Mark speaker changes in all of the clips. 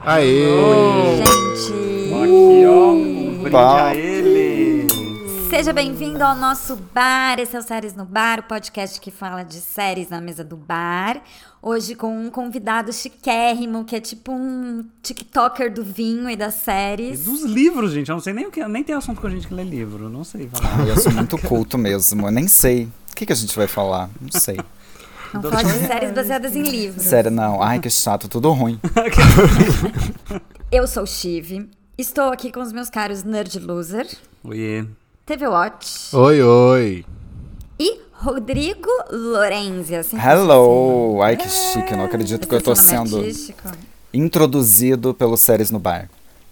Speaker 1: Aê!
Speaker 2: Gente,
Speaker 3: Aqui, ó, um brinde
Speaker 4: Pau.
Speaker 3: a ele.
Speaker 2: seja bem-vindo ao nosso bar. Esse é o Séries no Bar, o podcast que fala de séries na mesa do bar. Hoje com um convidado chiquérrimo, que é tipo um tiktoker do vinho e
Speaker 3: E
Speaker 2: das
Speaker 4: Uhum.
Speaker 2: séries.
Speaker 3: dos livros, gente, eu não sei nem o que, nem tem assunto com a gente que lê livro, não sei falar.
Speaker 4: Eu sou muito culto mesmo, eu nem sei. O que, que a gente vai falar? Não sei.
Speaker 2: Não fala de séries baseadas em livros.
Speaker 4: Sério, não. Ai, que chato, tudo ruim.
Speaker 2: Eu sou o Chive, estou aqui com os meus caros Nerd Loser,
Speaker 3: Oiê.
Speaker 2: TV Watch
Speaker 1: Oi, oi!
Speaker 2: e Rodrigo Lorenzi. Assim que
Speaker 4: Hello! Ai, que chique, eu não
Speaker 2: se-
Speaker 4: acredito que eu tô
Speaker 2: Esse é o nome
Speaker 4: sendo
Speaker 2: artístico.
Speaker 4: introduzido pelos séries no bar.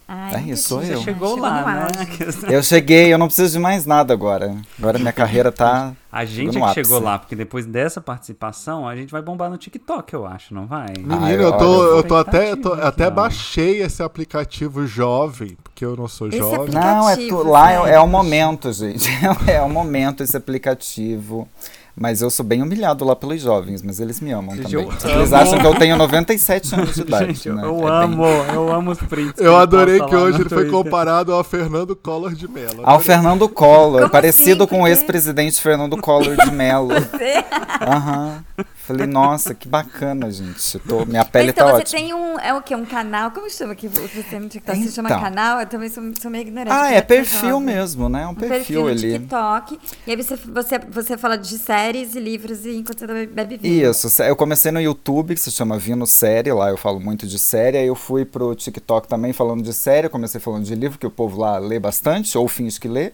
Speaker 2: Ai,
Speaker 4: É
Speaker 2: muito
Speaker 4: isso,
Speaker 2: chique.
Speaker 4: eu.
Speaker 2: Ah,
Speaker 3: Então, Chegou
Speaker 2: no
Speaker 3: lá,
Speaker 2: auge.
Speaker 3: né? Que-
Speaker 4: Eu cheguei, eu não preciso de mais nada agora. Agora minha carreira tá.
Speaker 3: A gente
Speaker 4: no
Speaker 3: é que
Speaker 4: ápice.
Speaker 3: chegou lá, porque depois dessa participação, a gente vai bombar no TikTok, eu acho, não vai?
Speaker 1: Menino,
Speaker 4: Ai,
Speaker 1: eu tô,
Speaker 4: olha,
Speaker 1: eu tô até, eu tô-
Speaker 3: expectativa
Speaker 1: até
Speaker 3: aqui, ó.
Speaker 1: baixei esse aplicativo jovem, porque eu não sou
Speaker 2: Esse
Speaker 1: jovem.
Speaker 2: aplicativo.
Speaker 4: Não, é tu- lá
Speaker 2: né?
Speaker 4: é, é o momento, gente. É o momento esse aplicativo. Mas eu sou bem humilhado lá pelos jovens, mas eles me amam
Speaker 3: Gente,
Speaker 4: também.
Speaker 3: eu
Speaker 4: Eles
Speaker 3: amo.
Speaker 4: acham que eu tenho 97 anos de idade.
Speaker 3: Gente, eu
Speaker 4: né? É
Speaker 3: eu
Speaker 4: bem-
Speaker 3: amo, eu amo os prints.
Speaker 1: Eu
Speaker 3: ele
Speaker 1: adorei
Speaker 3: posta
Speaker 1: que
Speaker 3: lá
Speaker 1: hoje
Speaker 3: no
Speaker 1: ele foi
Speaker 3: Twitter.
Speaker 1: comparado ao Fernando Collor de Mello.
Speaker 4: Ao Fernando Collor,
Speaker 2: Como
Speaker 4: parecido
Speaker 2: assim?
Speaker 4: com
Speaker 2: Por
Speaker 4: o
Speaker 2: quê?
Speaker 4: ex-presidente Fernando Collor de Mello. Aham. Falei, nossa, que bacana, gente. Tô- minha pele
Speaker 2: então,
Speaker 4: tá
Speaker 2: você
Speaker 4: ótima.
Speaker 2: tem um. É o quê? Um canal? Como chama que você no TikTok? Se chama
Speaker 4: Então.
Speaker 2: canal? Eu também sou, sou meio ignorante.
Speaker 4: Ah,
Speaker 2: porque eu
Speaker 4: é
Speaker 2: sou
Speaker 4: perfil
Speaker 2: um jovem.
Speaker 4: mesmo, né? É um
Speaker 2: Um perfil
Speaker 4: perfil
Speaker 2: no
Speaker 4: ali.
Speaker 2: TikTok. E aí você, você, você fala de séries e livros e enquanto você também bebe vinho.
Speaker 4: Isso, sé- eu comecei no YouTube, que se chama Vino Série, lá eu falo muito de série, aí eu fui pro TikTok também falando de série, eu comecei falando de livro, que o povo lá lê bastante, ou finge que lê.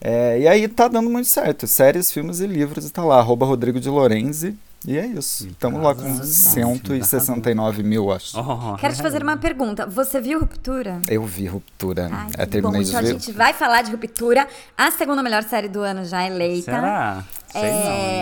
Speaker 4: É, e aí tá dando muito certo. Séries, filmes e livros, tá lá, arroba Rodrigo de Lorenzi. E é isso. Estamos lá com 169 mil, acho.
Speaker 3: Oh,
Speaker 2: Quero te fazer uma pergunta. Você viu Ruptura?
Speaker 4: Eu vi Ruptura.
Speaker 2: Ai, que
Speaker 4: é, terminei
Speaker 2: bom.
Speaker 4: de
Speaker 2: Então a
Speaker 4: ver.
Speaker 2: gente vai falar de Ruptura, a segunda melhor série do ano já eleita.
Speaker 3: é. Será? Sei não,
Speaker 2: É,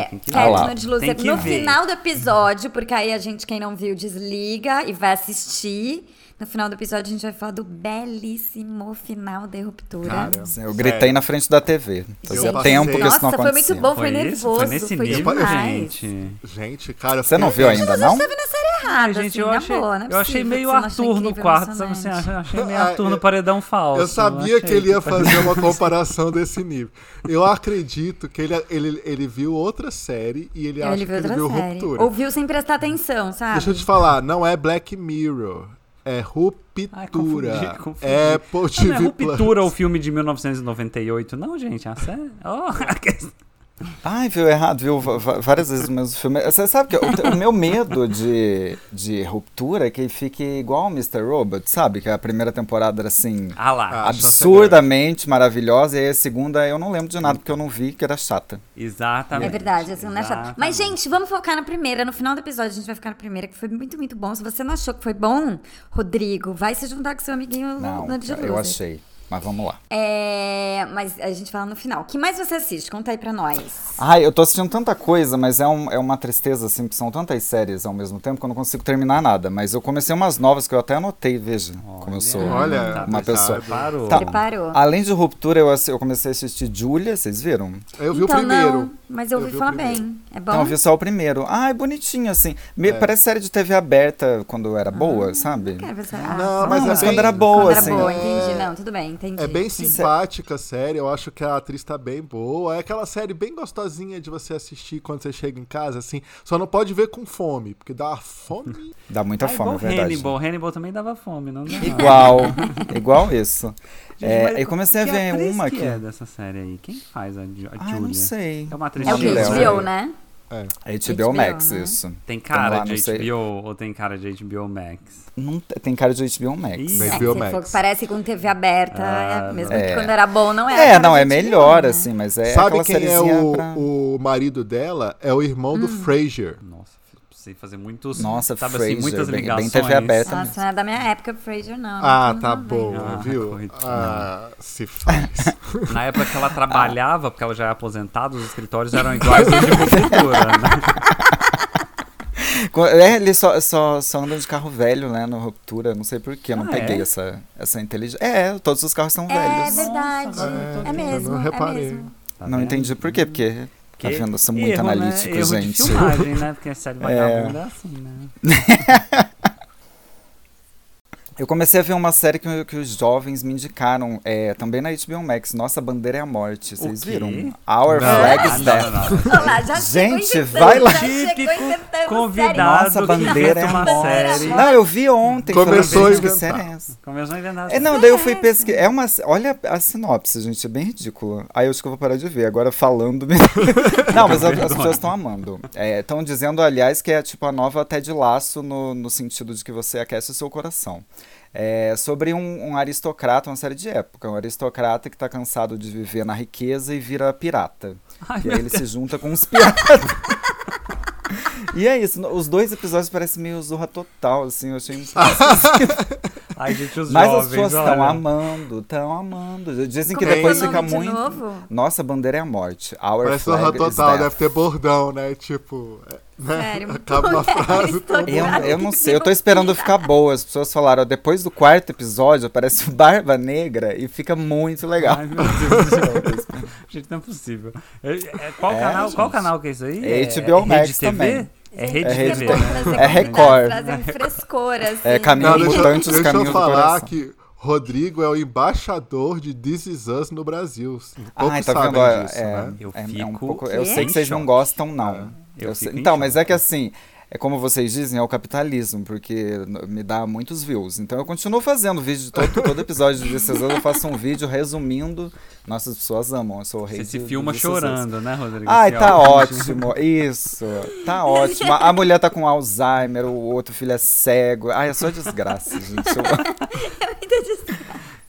Speaker 3: hein? Tem que-
Speaker 4: Ah
Speaker 2: Cat
Speaker 4: lá.
Speaker 2: Nerd Loser,
Speaker 3: Tem que
Speaker 2: é- no
Speaker 3: ver.
Speaker 2: final do episódio, porque aí a gente, quem não viu, desliga e vai assistir. No final do episódio, a gente vai falar do belíssimo final de ruptura.
Speaker 1: Cara,
Speaker 4: Eu gritei na frente da TV. Fazia
Speaker 1: passei-
Speaker 4: tempo que
Speaker 2: Nossa,
Speaker 4: isso não
Speaker 2: foi
Speaker 4: acontecia.
Speaker 2: muito bom, foi,
Speaker 3: isso?
Speaker 2: nervoso.
Speaker 3: Foi nesse nível,
Speaker 2: demais.
Speaker 3: gente.
Speaker 1: Gente, cara... eu
Speaker 4: Você não
Speaker 1: fiquei-
Speaker 4: viu ainda, não?
Speaker 2: Teve na série errada,
Speaker 3: Ai, Ah, gente,
Speaker 2: assim,
Speaker 3: eu
Speaker 2: na
Speaker 3: achei,
Speaker 2: boa, não é
Speaker 3: eu achei
Speaker 2: possível
Speaker 3: meio
Speaker 2: que você não achou
Speaker 3: Arthur no
Speaker 2: incrível,
Speaker 3: quarto, sabe assim,
Speaker 2: emocionante.
Speaker 3: eu achei
Speaker 4: É,
Speaker 3: meio
Speaker 1: Ah,
Speaker 3: Arthur
Speaker 1: eu-
Speaker 3: no paredão falso.
Speaker 1: Eu sabia
Speaker 3: achei
Speaker 1: que ele ia
Speaker 3: tá-
Speaker 1: fazer uma comparação desse nível. Eu acredito que ele, ele, ele viu outra série e ele acha
Speaker 2: Ele
Speaker 1: que
Speaker 2: viu
Speaker 1: ele
Speaker 2: outra
Speaker 1: viu
Speaker 2: série.
Speaker 1: Ruptura.
Speaker 2: Ouviu sem prestar atenção, sabe?
Speaker 1: Deixa eu te falar, não é Black Mirror, é
Speaker 3: Ai, confundi,
Speaker 1: Ruptura.
Speaker 3: confundi.
Speaker 1: É Apple
Speaker 3: Ah,
Speaker 1: TV
Speaker 3: Não é Ruptura
Speaker 1: Plus.
Speaker 3: o filme de 1998, não, gente, a série. Oh,
Speaker 4: Ai, viu errado, viu va- va- várias vezes o mesmo filme. Você sabe que o, o meu medo de, de ruptura é que fique igual o Mr. Robot, sabe? Que a primeira temporada era assim,
Speaker 3: ah lá.
Speaker 1: Ah. chata
Speaker 4: absurdamente maravilhosa, e aí a segunda eu não lembro de nada porque eu não vi, que era chata.
Speaker 3: Exatamente.
Speaker 2: É verdade, assim, não é chato.
Speaker 3: exatamente.
Speaker 2: Mas, gente, vamos focar na primeira. No final do episódio, a gente vai ficar na primeira, que foi muito, muito bom. Se você não achou que foi bom, Rodrigo, vai se juntar com seu amiguinho
Speaker 4: Não, é
Speaker 2: no de
Speaker 4: eu achei. Mas vamos lá.
Speaker 2: É, mas a gente fala no final. O que mais você assiste? Conta aí pra nós.
Speaker 4: Ai, eu tô assistindo tanta coisa, mas é, um- é uma tristeza, assim, porque são tantas séries ao mesmo tempo que eu não consigo terminar nada. Mas eu comecei umas novas que eu até anotei, veja como eu sou
Speaker 1: Olha,
Speaker 4: uma pessoa.
Speaker 3: Parou.
Speaker 4: Tá.
Speaker 2: Preparou?
Speaker 4: Além de Ruptura, eu, assi- eu comecei a assistir Julia, vocês viram?
Speaker 1: Eu vi
Speaker 2: então,
Speaker 1: o primeiro.
Speaker 2: não, mas eu
Speaker 1: Eu
Speaker 2: ouvi
Speaker 1: vi o
Speaker 2: falar
Speaker 1: primeiro.
Speaker 2: bem. É bom?
Speaker 4: Então, eu vi só o primeiro. Ah, é bonitinho, assim.
Speaker 3: É.
Speaker 4: Me- Parece série de TV aberta quando era boa, sabe?
Speaker 2: Quero Ah, ver se-
Speaker 1: Não,
Speaker 2: ah,
Speaker 1: mas
Speaker 4: Não,
Speaker 1: é
Speaker 4: mas
Speaker 1: bem-
Speaker 4: quando era boa,
Speaker 2: quando era
Speaker 4: assim.
Speaker 2: boa,
Speaker 1: é-
Speaker 2: entendi. Não, tudo bem, entendi.
Speaker 1: É bem
Speaker 2: Sim.
Speaker 1: simpática a série, eu acho que a atriz tá bem boa. É aquela série bem gostosinha de você assistir quando você chega em casa, assim. Só não pode ver com fome, porque dá uma fome.
Speaker 4: Dá muita
Speaker 3: Ah,
Speaker 4: fome, é
Speaker 3: igual
Speaker 4: verdade.
Speaker 3: Hannibal. Hannibal também dava fome, não dava.
Speaker 4: Igual. igual isso.
Speaker 3: Gente,
Speaker 4: É,
Speaker 3: mas
Speaker 4: eu comecei a
Speaker 3: que
Speaker 4: ver
Speaker 3: atriz
Speaker 4: uma
Speaker 3: que
Speaker 4: que.
Speaker 3: é dessa série aí. Quem faz a, Ju- a
Speaker 4: Ah,
Speaker 3: Julia?
Speaker 4: não sei.
Speaker 3: É uma atriz
Speaker 2: É o que?
Speaker 4: Julia,
Speaker 2: HBO, né?
Speaker 4: A HBO,
Speaker 2: HBO,
Speaker 4: Max,
Speaker 2: né?
Speaker 4: isso.
Speaker 3: Tem
Speaker 4: Então
Speaker 3: cara
Speaker 4: lá, não
Speaker 3: de
Speaker 4: sei.
Speaker 3: HBO ou tem cara de HBO Max?
Speaker 4: Não te- tem cara de HBO Max.
Speaker 3: Ih,
Speaker 2: É,
Speaker 1: Bem-
Speaker 2: que
Speaker 1: HBO
Speaker 2: você
Speaker 1: Max.
Speaker 2: falou que parece com TV aberta,
Speaker 3: Ah,
Speaker 2: é, mesmo
Speaker 4: não.
Speaker 2: que
Speaker 4: É.
Speaker 2: quando era bom, não era.
Speaker 4: É,
Speaker 2: cara,
Speaker 4: não, é
Speaker 2: gente,
Speaker 4: melhor,
Speaker 2: né?
Speaker 4: assim, mas é
Speaker 1: Sabe
Speaker 4: aquela
Speaker 1: quem é
Speaker 4: sériezinha
Speaker 1: o,
Speaker 4: pra...
Speaker 1: o marido dela? É o irmão do
Speaker 2: Hum.
Speaker 1: Frasier.
Speaker 3: Nossa, sei fazer muitos.
Speaker 4: Nossa,
Speaker 3: sabe,
Speaker 4: Frasier,
Speaker 3: assim, muitas
Speaker 4: bem- bem
Speaker 3: ligações.
Speaker 4: TV aberta.
Speaker 2: Nossa, não é da minha época, Frasier não.
Speaker 1: Ah,
Speaker 2: não
Speaker 1: tá
Speaker 2: vem.
Speaker 1: bom,
Speaker 3: Ah,
Speaker 1: viu?
Speaker 3: coitado.
Speaker 1: Ah, se faz.
Speaker 3: Na época que
Speaker 4: Ah.
Speaker 3: ela trabalhava, porque ela já era aposentada, os escritórios eram iguais aos de prefeitura.
Speaker 4: Tá
Speaker 3: Né?
Speaker 4: Co- É, ele só, só, só anda de carro velho, né? No Ruptura, não sei porquê, eu não
Speaker 3: Ah,
Speaker 4: peguei
Speaker 3: é?
Speaker 4: essa, essa inteligência. É, todos os carros são
Speaker 2: É
Speaker 4: velhos.
Speaker 2: verdade,
Speaker 1: Nossa,
Speaker 2: é mesmo,
Speaker 1: eu não
Speaker 2: é
Speaker 1: reparei.
Speaker 2: mesmo.
Speaker 3: Tá
Speaker 4: Não
Speaker 3: vendo?
Speaker 4: entendi por quê, porque. Tá
Speaker 3: Porque
Speaker 4: vendo? Eu sou
Speaker 3: erro,
Speaker 4: muito
Speaker 3: né?
Speaker 4: analítico,
Speaker 3: erro
Speaker 4: gente.
Speaker 3: De filmagem, é né? Porque a série
Speaker 4: É.
Speaker 3: vagabunda é assim, né?
Speaker 4: Eu comecei a ver uma série que, que os jovens me indicaram, é, também na HBO Max, Nossa Bandeira é a Morte. Vocês
Speaker 3: quê?
Speaker 4: viram? Our
Speaker 3: Não,
Speaker 4: Flag
Speaker 3: não,
Speaker 4: is
Speaker 3: não,
Speaker 4: Death.
Speaker 3: não, não.
Speaker 2: Olha lá, já
Speaker 4: Gente,
Speaker 2: chegou
Speaker 4: vai lá.
Speaker 2: inventando, já chegou
Speaker 3: Típico
Speaker 2: inventando série.
Speaker 3: convidado.
Speaker 4: Nossa
Speaker 3: que
Speaker 4: Bandeira é
Speaker 3: inventa
Speaker 4: a
Speaker 3: uma
Speaker 4: Morte.
Speaker 3: série.
Speaker 4: Não, eu vi ontem.
Speaker 1: Começou
Speaker 4: falei,
Speaker 1: a
Speaker 4: gente, que
Speaker 1: inventar.
Speaker 4: série é essa?
Speaker 3: Começou a inventar.
Speaker 4: É, não, daí eu fui pesquisar. É uma. Olha a sinopse, gente, é bem ridícula. Aí eu acho que eu vou parar de ver. Agora falando. me- não, mas as, as pessoas estão amando. Estão dizendo, aliás, que é tipo a nova Ted Laço no, no sentido de que você aquece o seu coração. É sobre um, um aristocrata, uma série de época. Um aristocrata que tá cansado de viver na riqueza e vira pirata. e aí ele se junta com uns piratas. E é isso, no- os dois episódios parecem meio zorra total, assim, eu achei
Speaker 3: Ai, gente, os
Speaker 4: mas as
Speaker 3: jovens,
Speaker 4: pessoas estão
Speaker 3: olha.
Speaker 4: amando, estão amando. Dizem
Speaker 2: Como
Speaker 4: que
Speaker 2: é
Speaker 4: depois
Speaker 2: que é o
Speaker 4: fica
Speaker 2: nome de
Speaker 4: muito.
Speaker 2: novo?
Speaker 4: Nossa, bandeira é a morte. Our
Speaker 1: Parece
Speaker 4: flag
Speaker 1: Zorra
Speaker 4: is
Speaker 1: Total,
Speaker 4: death.
Speaker 1: deve ter bordão, né? Tipo, é, né?
Speaker 2: Sério,
Speaker 1: acaba uma frase.
Speaker 2: estou
Speaker 1: tudo.
Speaker 4: Eu,
Speaker 2: Claro
Speaker 4: eu
Speaker 2: que
Speaker 4: não
Speaker 2: tem
Speaker 4: sei, eu tô esperando ficar boa. As pessoas falaram, ó, depois do quarto episódio aparece o Barba Negra e fica muito legal.
Speaker 3: Ai, meu Deus do céu. gente, não é possível. É- é- qual,
Speaker 4: É,
Speaker 3: canal, qual
Speaker 4: gente.
Speaker 3: canal que é isso aí?
Speaker 4: É
Speaker 3: é,
Speaker 4: HBO Max
Speaker 3: Rede TV?
Speaker 4: também.
Speaker 3: É Rede
Speaker 4: É
Speaker 2: Gente,
Speaker 4: Rede
Speaker 3: TV.
Speaker 2: é bom
Speaker 4: TV.
Speaker 2: trazer
Speaker 4: É
Speaker 2: convidados,
Speaker 4: Record.
Speaker 2: Trazer um frescor, assim.
Speaker 4: É Caminho
Speaker 1: Não, deixa,
Speaker 4: Mutante, os
Speaker 1: deixa
Speaker 4: Caminhos
Speaker 1: eu
Speaker 4: do
Speaker 1: falar
Speaker 4: Coração.
Speaker 1: que Rodrigo é o embaixador de This Is Us no Brasil. Poucos
Speaker 4: Ai,
Speaker 1: sabem
Speaker 4: ó,
Speaker 1: disso,
Speaker 4: então é,
Speaker 1: né?
Speaker 3: Eu
Speaker 4: é- é um
Speaker 3: fico
Speaker 4: pouco- eu
Speaker 2: Quê?
Speaker 4: sei que vocês
Speaker 3: em
Speaker 4: não
Speaker 3: choque. É,
Speaker 4: gostam, não.
Speaker 3: eu
Speaker 4: Eu sei-
Speaker 3: fico em
Speaker 4: então, mas
Speaker 3: choque.
Speaker 4: é que assim, é como vocês dizem, é o capitalismo, porque n- me dá muitos views. Então eu continuo fazendo vídeo de todo, todo episódio de This Is Us, eu faço um vídeo resumindo. Nossa, as pessoas amam, eu sou o rei
Speaker 3: Você se
Speaker 4: de- do
Speaker 3: filma
Speaker 4: This Is Us.
Speaker 3: chorando, né, Rodrigo?
Speaker 4: Ai,
Speaker 3: Assim,
Speaker 4: tá
Speaker 3: ó,
Speaker 4: ótimo. Isso, tá ótimo. A mulher tá com Alzheimer, o outro filho é cego. Ai, é só desgraça, gente. Eu-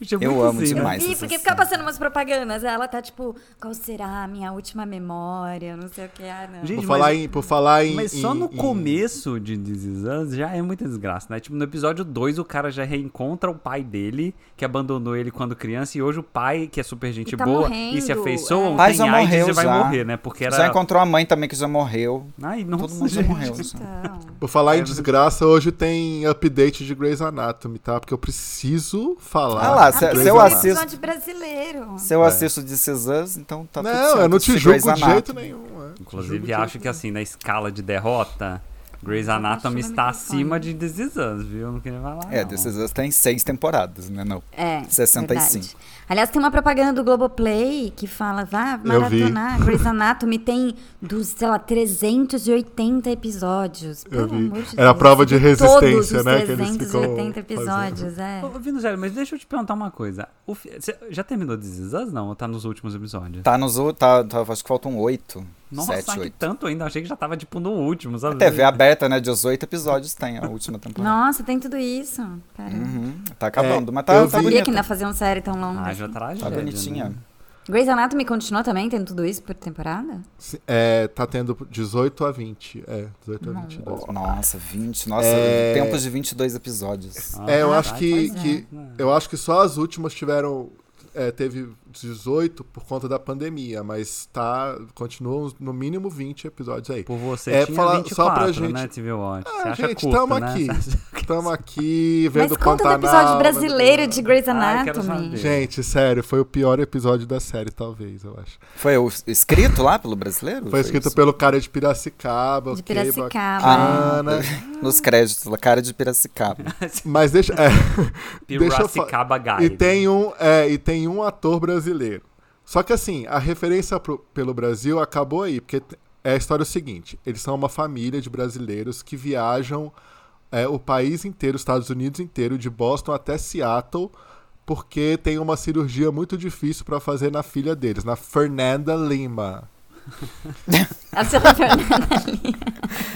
Speaker 3: Gente, é
Speaker 4: Eu
Speaker 3: muito
Speaker 4: amo
Speaker 3: assim, né?
Speaker 4: demais.
Speaker 2: Ih,
Speaker 4: essa
Speaker 2: porque
Speaker 4: cena.
Speaker 2: fica passando umas propagandas. Ela tá tipo, qual será a minha última memória? Não sei o que. Ah, não.
Speaker 3: Gente,
Speaker 1: Por
Speaker 3: mas-
Speaker 1: falar em. Por falar em
Speaker 3: Mas só
Speaker 1: em-
Speaker 3: no
Speaker 1: em-
Speaker 3: começo de This Is Us já é muita desgraça, né? Tipo, no episódio 2 o cara já reencontra o pai dele, que abandonou ele quando criança, e hoje o pai, que é super gente
Speaker 2: Que tá
Speaker 3: boa, e
Speaker 2: morrendo,
Speaker 3: se
Speaker 2: é.
Speaker 3: afeiçoa,
Speaker 4: O pai
Speaker 3: tem
Speaker 4: já
Speaker 3: AIDS e
Speaker 4: morreu
Speaker 3: vai
Speaker 4: já.
Speaker 3: morrer, né? Porque era...
Speaker 4: Já encontrou a mãe também que já morreu.
Speaker 3: Ai, nossa,
Speaker 4: Todo mundo já
Speaker 3: gente.
Speaker 4: morreu. já.
Speaker 2: Então,
Speaker 1: Por falar
Speaker 4: é,
Speaker 1: em desgraça, hoje tem update de Grey's Anatomy, tá? Porque eu preciso falar.
Speaker 4: Ah lá,
Speaker 1: de
Speaker 4: se-
Speaker 1: Grey's
Speaker 4: se eu
Speaker 1: Anatomy.
Speaker 4: assisto-
Speaker 2: episódio brasileiro.
Speaker 4: Se eu assisto de Cezans, então tá tudo certo.
Speaker 1: É. Não, eu não te
Speaker 4: Se
Speaker 1: julgo
Speaker 4: Grey's
Speaker 1: de
Speaker 4: Anatomy.
Speaker 1: jeito nenhum. é. Julgo de
Speaker 3: Inclusive,
Speaker 1: jeito
Speaker 3: acho que assim, na escala de derrota, Grey's
Speaker 2: abaixando
Speaker 3: Anatomy
Speaker 2: o
Speaker 3: está
Speaker 2: microfone.
Speaker 3: acima de This Is Us, viu? Não queria falar,
Speaker 4: É,
Speaker 3: não.
Speaker 4: This Is Us tem seis temporadas, né? Não.
Speaker 2: É,
Speaker 4: 65.
Speaker 2: verdade. Aliás, tem uma propaganda do Globoplay que fala, vá
Speaker 1: Eu vi.
Speaker 2: maratonar, Grey's Anatomy tem, dos, sei lá, 380 episódios. Pelo
Speaker 1: vi.
Speaker 2: amor de
Speaker 1: Era a
Speaker 2: Deus,
Speaker 1: prova de
Speaker 2: eu vi
Speaker 1: resistência,
Speaker 2: todos
Speaker 1: né,
Speaker 2: Os
Speaker 1: que eles ficam
Speaker 2: 380
Speaker 1: fazendo. Uhum.
Speaker 2: episódios, é.
Speaker 3: Ô, Vinogério, mas deixa eu te perguntar uma coisa. O fi- cê já terminou This Is Us, não? Ou tá nos últimos episódios?
Speaker 4: Tá nos. o- Tá, tá, acho que faltam oito.
Speaker 3: Nossa,
Speaker 4: sete,
Speaker 3: que
Speaker 4: oito.
Speaker 3: tanto ainda. Achei que já tava, tipo, no último, sabe?
Speaker 4: TV aberta, né? 18 episódios tem a última temporada.
Speaker 2: Nossa, tem tudo isso. Cara,
Speaker 4: Uhum, tá acabando,
Speaker 1: É,
Speaker 4: mas tá,
Speaker 1: eu
Speaker 4: tá
Speaker 1: vi- É,
Speaker 2: sabia
Speaker 4: bonita.
Speaker 2: que ainda fazia uma série tão longa.
Speaker 3: Ah, já tragédia,
Speaker 4: Tá bonitinha.
Speaker 3: Né?
Speaker 2: Grey's Anatomy continuou também tendo tudo isso por temporada?
Speaker 1: Se- É, tá tendo 18 a 20. É, 18 a 22.
Speaker 4: Nossa, 20. Nossa,
Speaker 1: É.
Speaker 4: tempos de 22 episódios.
Speaker 3: Ah,
Speaker 1: É, eu
Speaker 3: tá,
Speaker 1: acho que,
Speaker 3: pois é.
Speaker 1: que eu acho que só as últimas tiveram é, teve 18 por conta da pandemia, mas tá continuam no mínimo 20 episódios aí.
Speaker 3: Por você
Speaker 1: É,
Speaker 3: tinha
Speaker 1: falar-
Speaker 3: 24,
Speaker 1: só pra
Speaker 3: né,
Speaker 1: gente-
Speaker 3: TV Watch. Você
Speaker 1: Ah,
Speaker 3: acha
Speaker 1: gente,
Speaker 3: curto,
Speaker 1: tamo
Speaker 3: né?
Speaker 1: aqui.
Speaker 3: Você-
Speaker 1: Estamos aqui vendo
Speaker 2: Mas conta do
Speaker 1: Pantanal,
Speaker 2: episódio
Speaker 1: vendo-
Speaker 2: brasileiro de Grey's
Speaker 3: Ah, eu quero
Speaker 2: Anatomy.
Speaker 3: saber.
Speaker 1: Gente, sério, foi o pior episódio da série, talvez, eu acho.
Speaker 4: Foi o- escrito lá pelo brasileiro?
Speaker 1: Foi escrito
Speaker 4: isso?
Speaker 1: pelo cara de Piracicaba,
Speaker 2: de
Speaker 1: ok,
Speaker 2: Piracicaba.
Speaker 3: Ah.
Speaker 1: bacana.
Speaker 4: Nos créditos, lá, cara de Piracicaba.
Speaker 1: Mas deixa, é, deixa eu falar.
Speaker 3: Piracicaba Guy.
Speaker 1: E tem, um, é, e tem um ator brasileiro. Só que assim, a referência pro- pelo Brasil acabou aí, porque t- é a história seguinte: eles são uma família de brasileiros que viajam é, o país inteiro, os Estados Unidos inteiro, de Boston até Seattle, porque tem uma cirurgia muito difícil pra fazer na filha deles, na Fernanda Lima.
Speaker 2: é A senhora Fernanda.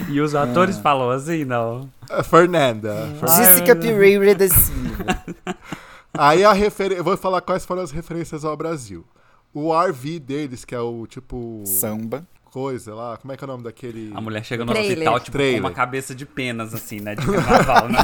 Speaker 3: E os atores falam assim, não.
Speaker 1: É, Fernanda.
Speaker 4: É.
Speaker 1: Fer-
Speaker 4: Jessica Pereira da Silva.
Speaker 1: Aí a referência. Eu vou falar quais foram as referências ao Brasil. O RV deles, que é o tipo.
Speaker 4: Samba.
Speaker 1: Coisa lá, como é que é o nome daquele.
Speaker 3: A mulher chega no
Speaker 2: Trailer.
Speaker 3: hospital, tipo,
Speaker 1: Trailer.
Speaker 3: com uma cabeça de penas, assim, né? De carnaval, né?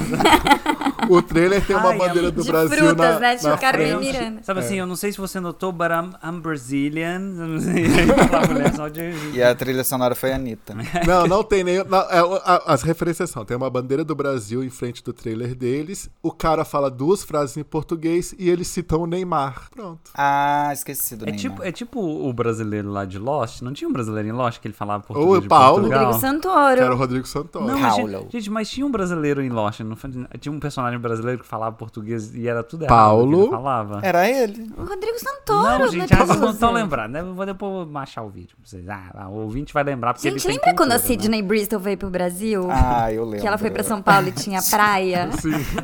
Speaker 1: O trailer tem uma
Speaker 3: Ai,
Speaker 1: bandeira
Speaker 3: é
Speaker 1: do
Speaker 2: de
Speaker 1: Brasil
Speaker 2: frutas,
Speaker 1: na,
Speaker 2: né? Tipo,
Speaker 1: na
Speaker 2: Carmen
Speaker 1: frente.
Speaker 2: Miranda.
Speaker 3: Sabe
Speaker 1: É.
Speaker 3: assim, eu não sei se você notou, but I'm, I'm Brazilian. E aí fala a mulher só de...
Speaker 4: E a trilha sonora foi a Anitta.
Speaker 1: Não, não tem nenhum. não, é, o- a- as referências são: tem uma bandeira do Brasil em frente do trailer deles. O cara fala duas frases em português e eles citam o Neymar. Pronto.
Speaker 4: Ah, esqueci do
Speaker 3: É
Speaker 4: Neymar.
Speaker 3: tipo, é tipo o brasileiro lá de Lost. Não tinha um brasileiro em lógico que ele falava português.
Speaker 1: Ô,
Speaker 3: de
Speaker 1: Paulo.
Speaker 3: Portugal.
Speaker 2: Rodrigo Santoro.
Speaker 1: Que era o Rodrigo Santoro.
Speaker 3: Não, mas, tinha-
Speaker 4: Paulo.
Speaker 3: gente, mas tinha um brasileiro em Lost, não foi- tinha um personagem brasileiro que falava português e era tudo errado
Speaker 1: Paulo.
Speaker 3: que ele falava.
Speaker 2: É.
Speaker 4: Era ele.
Speaker 2: O Rodrigo Santoro.
Speaker 3: Não, gente, ah, vocês não estão
Speaker 2: Medusa.
Speaker 3: lembrando, né? Eu Vou depois achar o vídeo pra vocês. Ah, ah, o ouvinte vai lembrar porque ele
Speaker 2: Gente,
Speaker 3: tem
Speaker 2: lembra quando a
Speaker 3: cultura, né?
Speaker 2: Sidney Bristol veio pro Brasil?
Speaker 4: Ah, eu lembro.
Speaker 2: Que ela foi pra São Paulo e tinha praia?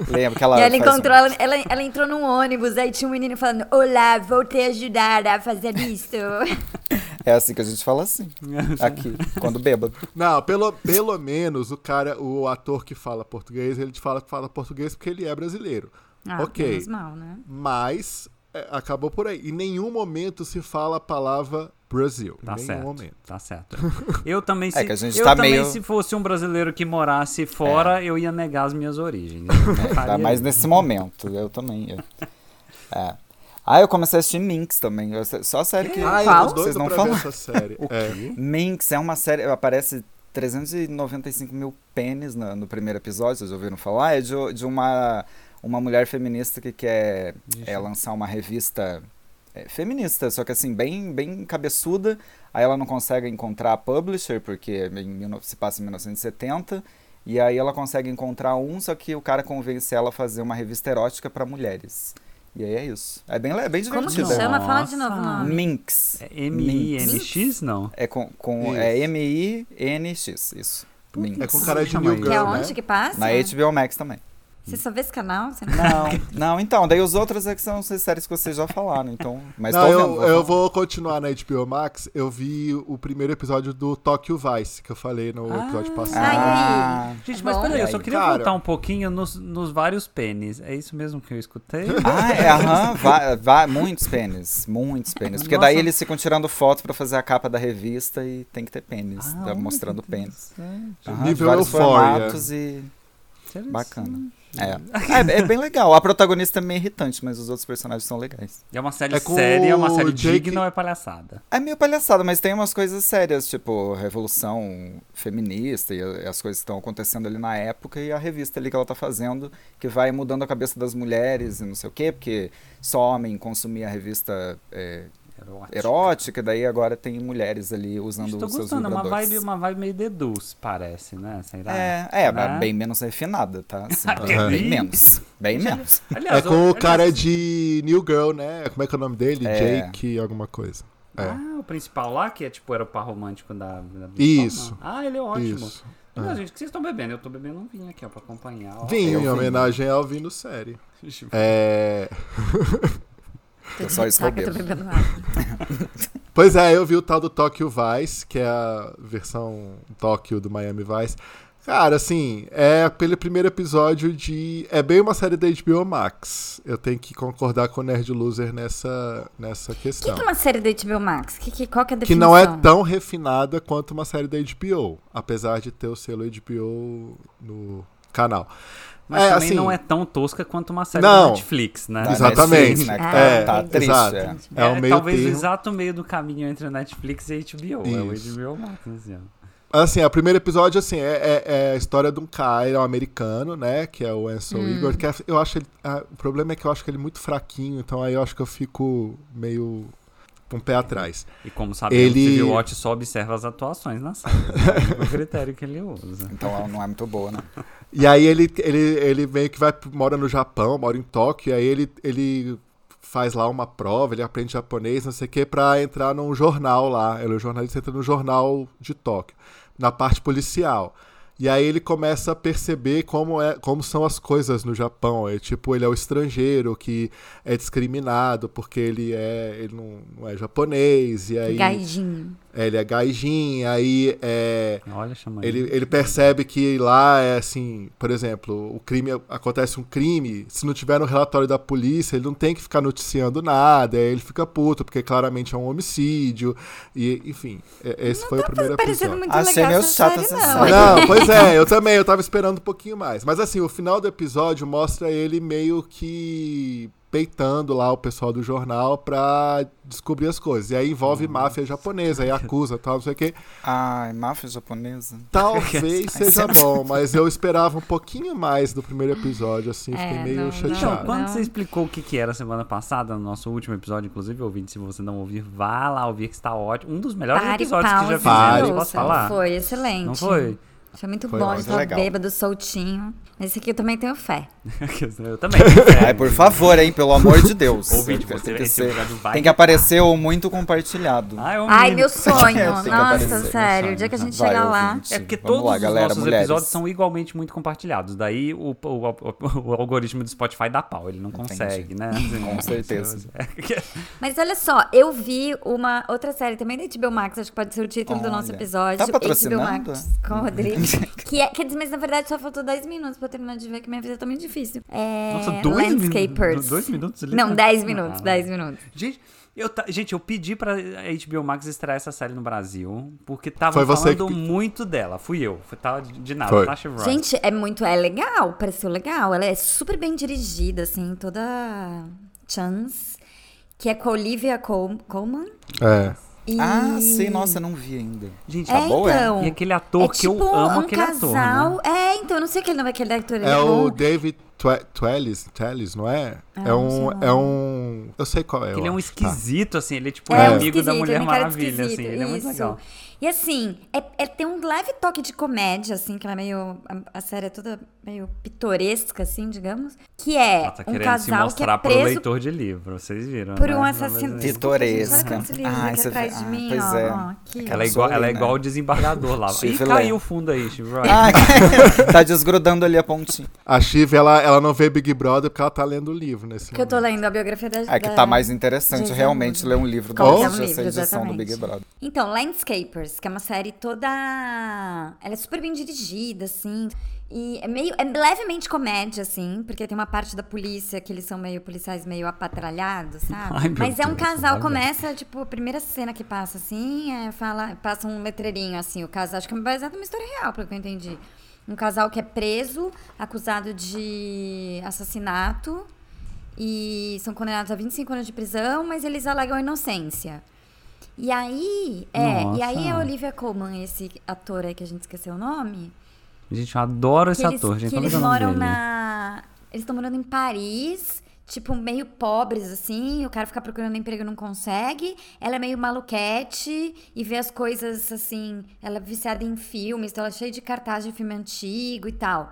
Speaker 4: Lembro que ela.
Speaker 2: e ela
Speaker 4: faz- assim.
Speaker 2: encontrou, ela, ela, ela entrou num ônibus, aí tinha um menino falando, olá, vou te ajudar a fazer isso.
Speaker 4: É assim que a gente fala assim. Aqui, quando bêbado.
Speaker 1: Não, pelo, pelo menos o cara, o ator que fala português, ele te fala que fala português porque ele é brasileiro.
Speaker 2: Ah,
Speaker 1: Ok.
Speaker 2: menos mal, né?
Speaker 1: Mas é, acabou por aí. Em nenhum momento se fala a palavra Brasil. Em
Speaker 3: Tá
Speaker 1: nenhum
Speaker 3: certo,
Speaker 1: momento.
Speaker 3: tá certo. Eu também, se,
Speaker 4: que a gente
Speaker 3: eu
Speaker 4: tá
Speaker 3: também
Speaker 4: meio- É.
Speaker 3: se fosse um brasileiro que morasse fora, eu ia negar as minhas origens. Eu não faria
Speaker 4: Ainda mais
Speaker 3: isso.
Speaker 4: Tá, nesse momento. Eu também. eu- É. Ah, eu comecei a assistir Minx também. eu se- só a série que
Speaker 1: Ah,
Speaker 2: Qual?
Speaker 1: eu tô
Speaker 4: vocês
Speaker 1: doido
Speaker 4: não
Speaker 1: pra ver
Speaker 4: falam.
Speaker 1: essa série. é.
Speaker 4: Minx é uma série. Aparece 395 mil pênis na- no, primeiro episódio, vocês ouviram falar? É de, de uma, uma mulher feminista que quer é, lançar uma revista é, feminista, só que assim, bem, bem cabeçuda. Aí ela não consegue encontrar a publisher, porque é em, 19 se passa em 1970. E aí ela consegue encontrar um, só que o cara convence ela a fazer uma revista erótica pra mulheres. E aí é isso. É bem, le- é bem
Speaker 2: Como que
Speaker 4: divertido.
Speaker 2: chama? Fala de novo o
Speaker 3: Nossa.
Speaker 2: nome.
Speaker 4: Minx.
Speaker 3: É M-I-N-X, não?
Speaker 4: É com, com é M-I-N-X, isso. Minx.
Speaker 1: É com cara de
Speaker 3: Chama
Speaker 1: New
Speaker 3: aí.
Speaker 1: Girl,
Speaker 2: Que é
Speaker 1: né?
Speaker 2: onde que passa?
Speaker 4: Na HBO Max também.
Speaker 2: Você só vê esse canal? Você não...
Speaker 4: Não, não, então, daí os outros é que são essas séries que vocês já falaram, então. Mas
Speaker 1: Não,
Speaker 4: tô
Speaker 1: eu,
Speaker 4: vendo,
Speaker 1: eu
Speaker 4: falar.
Speaker 1: vou continuar na HBO Max. Eu vi o primeiro episódio do Tokyo Vice, que eu falei no
Speaker 3: Ah.
Speaker 1: episódio
Speaker 2: Ai,
Speaker 1: passado.
Speaker 4: Ah,
Speaker 3: Gente, mas
Speaker 2: Bom.
Speaker 3: peraí, eu
Speaker 4: E
Speaker 3: só
Speaker 4: aí,
Speaker 3: queria
Speaker 1: cara?
Speaker 3: voltar um pouquinho nos, nos vários pênis. É isso mesmo que eu escutei?
Speaker 4: Ah, é, aham, va- va- muitos pênis, muitos pênis. Porque daí
Speaker 3: Nossa.
Speaker 4: eles ficam tirando foto pra fazer a capa da revista e tem que ter pênis,
Speaker 3: Ah,
Speaker 4: tá
Speaker 3: olha,
Speaker 4: mostrando
Speaker 3: que
Speaker 4: pênis.
Speaker 3: interessante.
Speaker 4: Aham,
Speaker 1: Nível
Speaker 4: de vários
Speaker 1: Euphoria.
Speaker 4: formatos e bacana. É.
Speaker 3: Interessante.
Speaker 4: É, é bem legal. A protagonista é meio irritante, mas os outros personagens são legais.
Speaker 3: É uma série
Speaker 1: É com
Speaker 3: séria, é uma série
Speaker 1: o Jake-
Speaker 3: digna ou é palhaçada?
Speaker 4: É meio palhaçada, mas tem umas coisas sérias, tipo revolução feminista e a- as coisas que estão acontecendo ali na época e a revista ali que ela tá fazendo, que vai mudando a cabeça das mulheres e não sei o quê, porque só homem consumia a revista é,
Speaker 3: Erótico.
Speaker 4: erótica, daí agora tem mulheres ali usando
Speaker 3: Estou
Speaker 4: os um seus
Speaker 3: gostando, é uma
Speaker 4: vibradores.
Speaker 3: vibe, uma vibe meio deduz, parece, né? Será?
Speaker 4: É, é
Speaker 3: Né?
Speaker 4: bem menos refinada, tá? Assim,
Speaker 3: Aham.
Speaker 4: Bem menos, bem menos.
Speaker 1: É
Speaker 3: Aliás,
Speaker 1: com
Speaker 3: eu- assim.
Speaker 1: o cara
Speaker 3: aliás-
Speaker 1: de New Girl, né? Como é que é o nome dele?
Speaker 4: É.
Speaker 1: Jake alguma coisa. É.
Speaker 3: Ah, o principal lá, que é tipo, era o par romântico da, da
Speaker 1: Isso.
Speaker 3: Ah, ele é ótimo.
Speaker 1: Isso. É.
Speaker 3: Não, gente, o que vocês estão bebendo? Eu tô bebendo um vinho aqui, ó, pra acompanhar. ó.
Speaker 1: Vinho, em
Speaker 4: vi.
Speaker 1: homenagem ao Vino Série. É...
Speaker 4: Eu só
Speaker 2: Saca, eu tô
Speaker 4: escolhi.
Speaker 2: bebendo água.
Speaker 1: Pois é, eu vi o tal do Tokyo Vice, que é a versão Tóquio do Miami Vice. Cara, assim, é pelo primeiro episódio de. É bem uma série da HBO Max. Eu tenho que concordar com o Nerd Loser nessa, nessa
Speaker 2: O que,
Speaker 1: questão.
Speaker 2: que é uma série da HBO Max? Que, que, qual que é a
Speaker 1: Que
Speaker 2: definição?
Speaker 1: não é tão refinada quanto uma série da HBO, apesar de ter o selo HBO no canal.
Speaker 3: Mas
Speaker 1: é,
Speaker 3: também
Speaker 1: assim,
Speaker 3: não é tão tosca quanto uma série
Speaker 1: Não.
Speaker 3: da Netflix, né?
Speaker 4: Da
Speaker 1: Exatamente.
Speaker 4: Netflix, né, que tá,
Speaker 2: É,
Speaker 4: tá
Speaker 2: é,
Speaker 4: triste.
Speaker 1: exato.
Speaker 4: é.
Speaker 1: É o meio
Speaker 3: talvez o
Speaker 1: termo.
Speaker 3: exato meio do caminho entre a Netflix e a HBO.
Speaker 1: Isso.
Speaker 3: É o HBO Max, assim, ó.
Speaker 1: Assim, o primeiro episódio, assim, é, é- é a história de um cara, ele é um americano, né? Que é o Anson Igor. Que é- eu acho ele, ah, o problema é que eu acho que ele é muito fraquinho, então aí eu acho que eu fico meio com o pé atrás.
Speaker 3: E como sabemos,
Speaker 1: Ele-
Speaker 3: o Watch só observa as atuações na série. né? É o critério que ele usa.
Speaker 4: Então ela não é muito boa, né?
Speaker 1: E aí ele, ele, ele meio que vai, mora no Japão, mora em Tóquio, e aí ele, ele faz lá uma prova, ele aprende japonês, não sei o quê, pra entrar num jornal lá. Ele é um jornalista, entra no jornal de Tóquio, na parte policial. E aí ele começa a perceber como, é, como são as coisas no Japão. É tipo, ele é o estrangeiro que é discriminado porque ele é ele não, não é japonês, e aí
Speaker 2: Gaijin.
Speaker 1: é, ele é gaijin, aí é,
Speaker 3: Olha, chama
Speaker 1: ele, ele percebe que lá é assim, por exemplo, o crime acontece um crime, se não tiver no relatório da polícia, ele não tem que ficar noticiando nada, aí ele fica puto, porque claramente é um homicídio, e enfim, é- esse foi o primeiro
Speaker 2: Tá Parecendo
Speaker 1: episódio.
Speaker 2: muito
Speaker 4: Achei
Speaker 2: legal
Speaker 4: meio
Speaker 2: é essa
Speaker 4: chata
Speaker 2: série,
Speaker 4: essa
Speaker 2: não.
Speaker 4: série.
Speaker 1: Não, pois é, eu também, eu tava esperando um pouquinho mais. Mas assim, o final do episódio mostra ele meio que peitando lá o pessoal do jornal pra descobrir as coisas. E aí envolve máfia japonesa, aí acusa tal, não sei o quê.
Speaker 4: Ai, máfia japonesa.
Speaker 1: Talvez seja
Speaker 3: é
Speaker 1: bom, mas eu esperava um pouquinho mais do primeiro episódio, assim,
Speaker 2: É,
Speaker 1: fiquei meio
Speaker 2: não, não.
Speaker 3: Então,
Speaker 1: chateado.
Speaker 2: Não.
Speaker 3: quando você explicou o que, que era semana passada, no nosso último episódio, inclusive, ouvinte, se você não ouvir, vá lá ouvir, que está ótimo. Um dos melhores
Speaker 2: Pare,
Speaker 3: episódios que já
Speaker 2: pausa
Speaker 1: Pare,
Speaker 2: e
Speaker 3: fizemos, posso
Speaker 2: ouça.
Speaker 3: falar?
Speaker 2: Foi excelente.
Speaker 3: Não foi?
Speaker 2: Foi muito
Speaker 1: Foi
Speaker 2: bom,
Speaker 1: ótimo.
Speaker 2: eu tava
Speaker 4: Legal.
Speaker 2: bêbado, soltinho. Esse aqui eu também tenho fé.
Speaker 3: Eu também.
Speaker 4: Ai, por favor, hein, pelo amor de Deus.
Speaker 3: Ouvinte, você- é-
Speaker 4: tem que,
Speaker 3: esse
Speaker 4: ser-
Speaker 3: episódio vai
Speaker 4: tem que aparecer ou muito compartilhado.
Speaker 3: Ai, eu
Speaker 2: Ai,
Speaker 3: me-
Speaker 2: meu sonho.
Speaker 4: Eu sei que
Speaker 2: Nossa,
Speaker 4: apareceu.
Speaker 2: sério.
Speaker 3: Meu
Speaker 2: O dia que a
Speaker 3: sonho.
Speaker 2: gente
Speaker 4: Vai,
Speaker 2: chegar lá.
Speaker 4: ouvinte.
Speaker 3: É porque
Speaker 4: Vamos
Speaker 3: todos
Speaker 4: lá,
Speaker 3: os
Speaker 4: galera,
Speaker 3: nossos
Speaker 4: mulheres.
Speaker 3: episódios são igualmente muito compartilhados. Daí o, o- o- o algoritmo do Spotify dá pau, ele não consegue, né?
Speaker 4: Com certeza.
Speaker 2: Mas olha só, eu vi uma outra série também da HBO Max, acho que pode ser o título do nosso
Speaker 4: Olha.
Speaker 2: episódio.
Speaker 4: Tá
Speaker 2: HBO
Speaker 4: patrocinando?
Speaker 2: Max com o Rodrigo. que é, quer dizer, mas na verdade só faltou 10 minutos pra eu terminar de ver, que minha vida tá muito difícil. É,
Speaker 3: Nossa, dois minu-
Speaker 2: Landscapers.
Speaker 3: dois minutos?
Speaker 2: Não, 10 minutos,
Speaker 3: Ah.
Speaker 2: 10 minutos.
Speaker 3: Gente, eu, ta- gente, eu pedi pra HBO Max estrear essa série no Brasil, porque tava
Speaker 1: Foi você
Speaker 3: falando
Speaker 1: que-
Speaker 3: muito dela. Fui eu. Foi, tava de de nada,
Speaker 1: Foi.
Speaker 3: Tasha Ross.
Speaker 2: Gente, é muito. É legal, pareceu legal. Ela é super bem dirigida, assim, toda chance. Que é com a Olivia Col- Colman.
Speaker 1: É.
Speaker 2: E...
Speaker 4: Ah, sei, nossa, não vi ainda.
Speaker 3: Gente,
Speaker 2: é,
Speaker 4: boa, é?
Speaker 2: então.
Speaker 3: E aquele ator
Speaker 2: é
Speaker 3: que eu
Speaker 2: tipo
Speaker 3: amo,
Speaker 2: um
Speaker 3: aquele ator, né?
Speaker 2: casal. É, então, eu não sei aquele nome daquele ator. ele
Speaker 1: É
Speaker 2: bom.
Speaker 1: o David Twe- Twellis, Twellis, não é? é
Speaker 2: Ah, não sei o
Speaker 1: um.
Speaker 2: nome.
Speaker 1: É um. Eu sei qual é. eu
Speaker 3: ele é um
Speaker 1: acho, tá?
Speaker 3: esquisito, assim, ele é tipo
Speaker 2: É,
Speaker 3: um
Speaker 2: um
Speaker 3: amigo da
Speaker 2: esquisito,
Speaker 3: Mulher
Speaker 2: ele tem cara de
Speaker 3: Maravilha, assim,
Speaker 2: esquisito,
Speaker 3: ele é muito
Speaker 2: isso.
Speaker 3: legal.
Speaker 2: E assim, é, é- tem um leve toque de comédia, assim, que ela é meio. A, a série é toda meio pitoresca, assim, digamos. Que é
Speaker 3: Ela tá
Speaker 2: um
Speaker 3: querendo se
Speaker 2: casal que é
Speaker 3: mostrar pro
Speaker 2: preso
Speaker 3: leitor de livro, vocês viram.
Speaker 2: por
Speaker 3: né?
Speaker 2: um assassino.
Speaker 4: Pitoresca.
Speaker 2: Olha quantos livros
Speaker 4: Ah,
Speaker 2: aqui
Speaker 4: isso é-
Speaker 2: atrás de
Speaker 4: ah,
Speaker 2: mim,
Speaker 4: pois
Speaker 2: ó.
Speaker 4: é.
Speaker 2: ó, aqui, ó.
Speaker 3: Ela é igual, ela é
Speaker 4: Sorry, né?
Speaker 3: igual o desembargador lá. Ih,
Speaker 4: Chifre
Speaker 3: caiu
Speaker 4: leve.
Speaker 3: o fundo aí, Steve Roy.
Speaker 4: Ah, tá desgrudando ali a pontinha.
Speaker 1: A Shiv, ela, ela não vê Big Brother porque ela tá lendo o livro nesse
Speaker 2: Que eu tô lendo a biografia da
Speaker 4: É que
Speaker 2: da-
Speaker 4: tá mais interessante
Speaker 2: Jesus.
Speaker 4: realmente ler um livro do
Speaker 2: Comprar
Speaker 4: que
Speaker 2: um
Speaker 4: essa
Speaker 2: livro,
Speaker 4: edição do
Speaker 2: exatamente.
Speaker 4: Big Brother.
Speaker 2: Então, Landscapers, que é uma série toda. Ela é super bem dirigida, assim. E é meio. É levemente comédia, assim, porque tem uma parte da polícia que eles são meio policiais meio apatralhados, sabe?
Speaker 3: Ai, meu
Speaker 2: Mas é um
Speaker 3: Deus,
Speaker 2: casal,
Speaker 3: olha.
Speaker 2: começa, tipo, a primeira cena que passa, assim, é, fala, passa um letreirinho, assim, o casal. Acho que é baseado numa história real, pelo que eu entendi. Um casal que é preso, acusado de assassinato. E são condenados a 25 anos de prisão, mas eles alegam inocência. E aí, é, e aí
Speaker 3: Nossa.
Speaker 2: a Olivia Colman, esse ator aí que a gente esqueceu o nome,
Speaker 3: Gente, eu adoro
Speaker 2: que
Speaker 3: esse
Speaker 2: eles,
Speaker 3: ator, gente.
Speaker 2: que
Speaker 3: Como é
Speaker 2: eles
Speaker 3: que é o nome
Speaker 2: moram
Speaker 3: dele?
Speaker 2: na, eles estão morando em Paris, tipo meio pobres assim, o cara fica procurando emprego e não consegue. Ela é meio maluquete e vê as coisas assim, ela é viciada em filmes, então ela é cheia de cartaz de filme antigo e tal.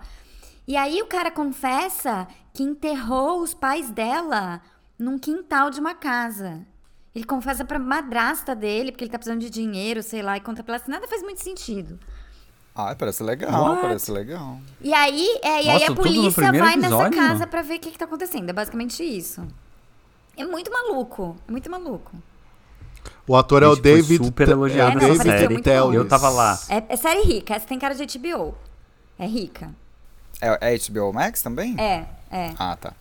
Speaker 2: E aí o cara confessa que enterrou os pais dela num quintal de uma casa. Ele confessa pra madrasta dele, porque ele tá precisando de dinheiro, sei lá, e conta pra ela assim, nada faz muito sentido.
Speaker 4: Ai, Ah, parece legal,
Speaker 3: What?
Speaker 4: parece legal.
Speaker 2: E aí, é, e aí
Speaker 3: Nossa,
Speaker 2: a
Speaker 3: tudo no
Speaker 2: polícia
Speaker 3: primeiro
Speaker 2: vai nessa
Speaker 3: episódio?
Speaker 2: casa pra ver o que, que tá acontecendo. É basicamente isso. É muito maluco. É muito maluco.
Speaker 1: O ator é o
Speaker 3: Gente, foi
Speaker 1: David.
Speaker 3: super
Speaker 1: Te-
Speaker 3: elogiado
Speaker 1: é o
Speaker 2: essa
Speaker 1: David
Speaker 2: série. Muito bom.
Speaker 3: Eu tava lá.
Speaker 2: É, é série rica. Essa tem cara de HBO. É rica.
Speaker 4: É, é HBO Max também?
Speaker 2: É, é.
Speaker 4: Ah, tá.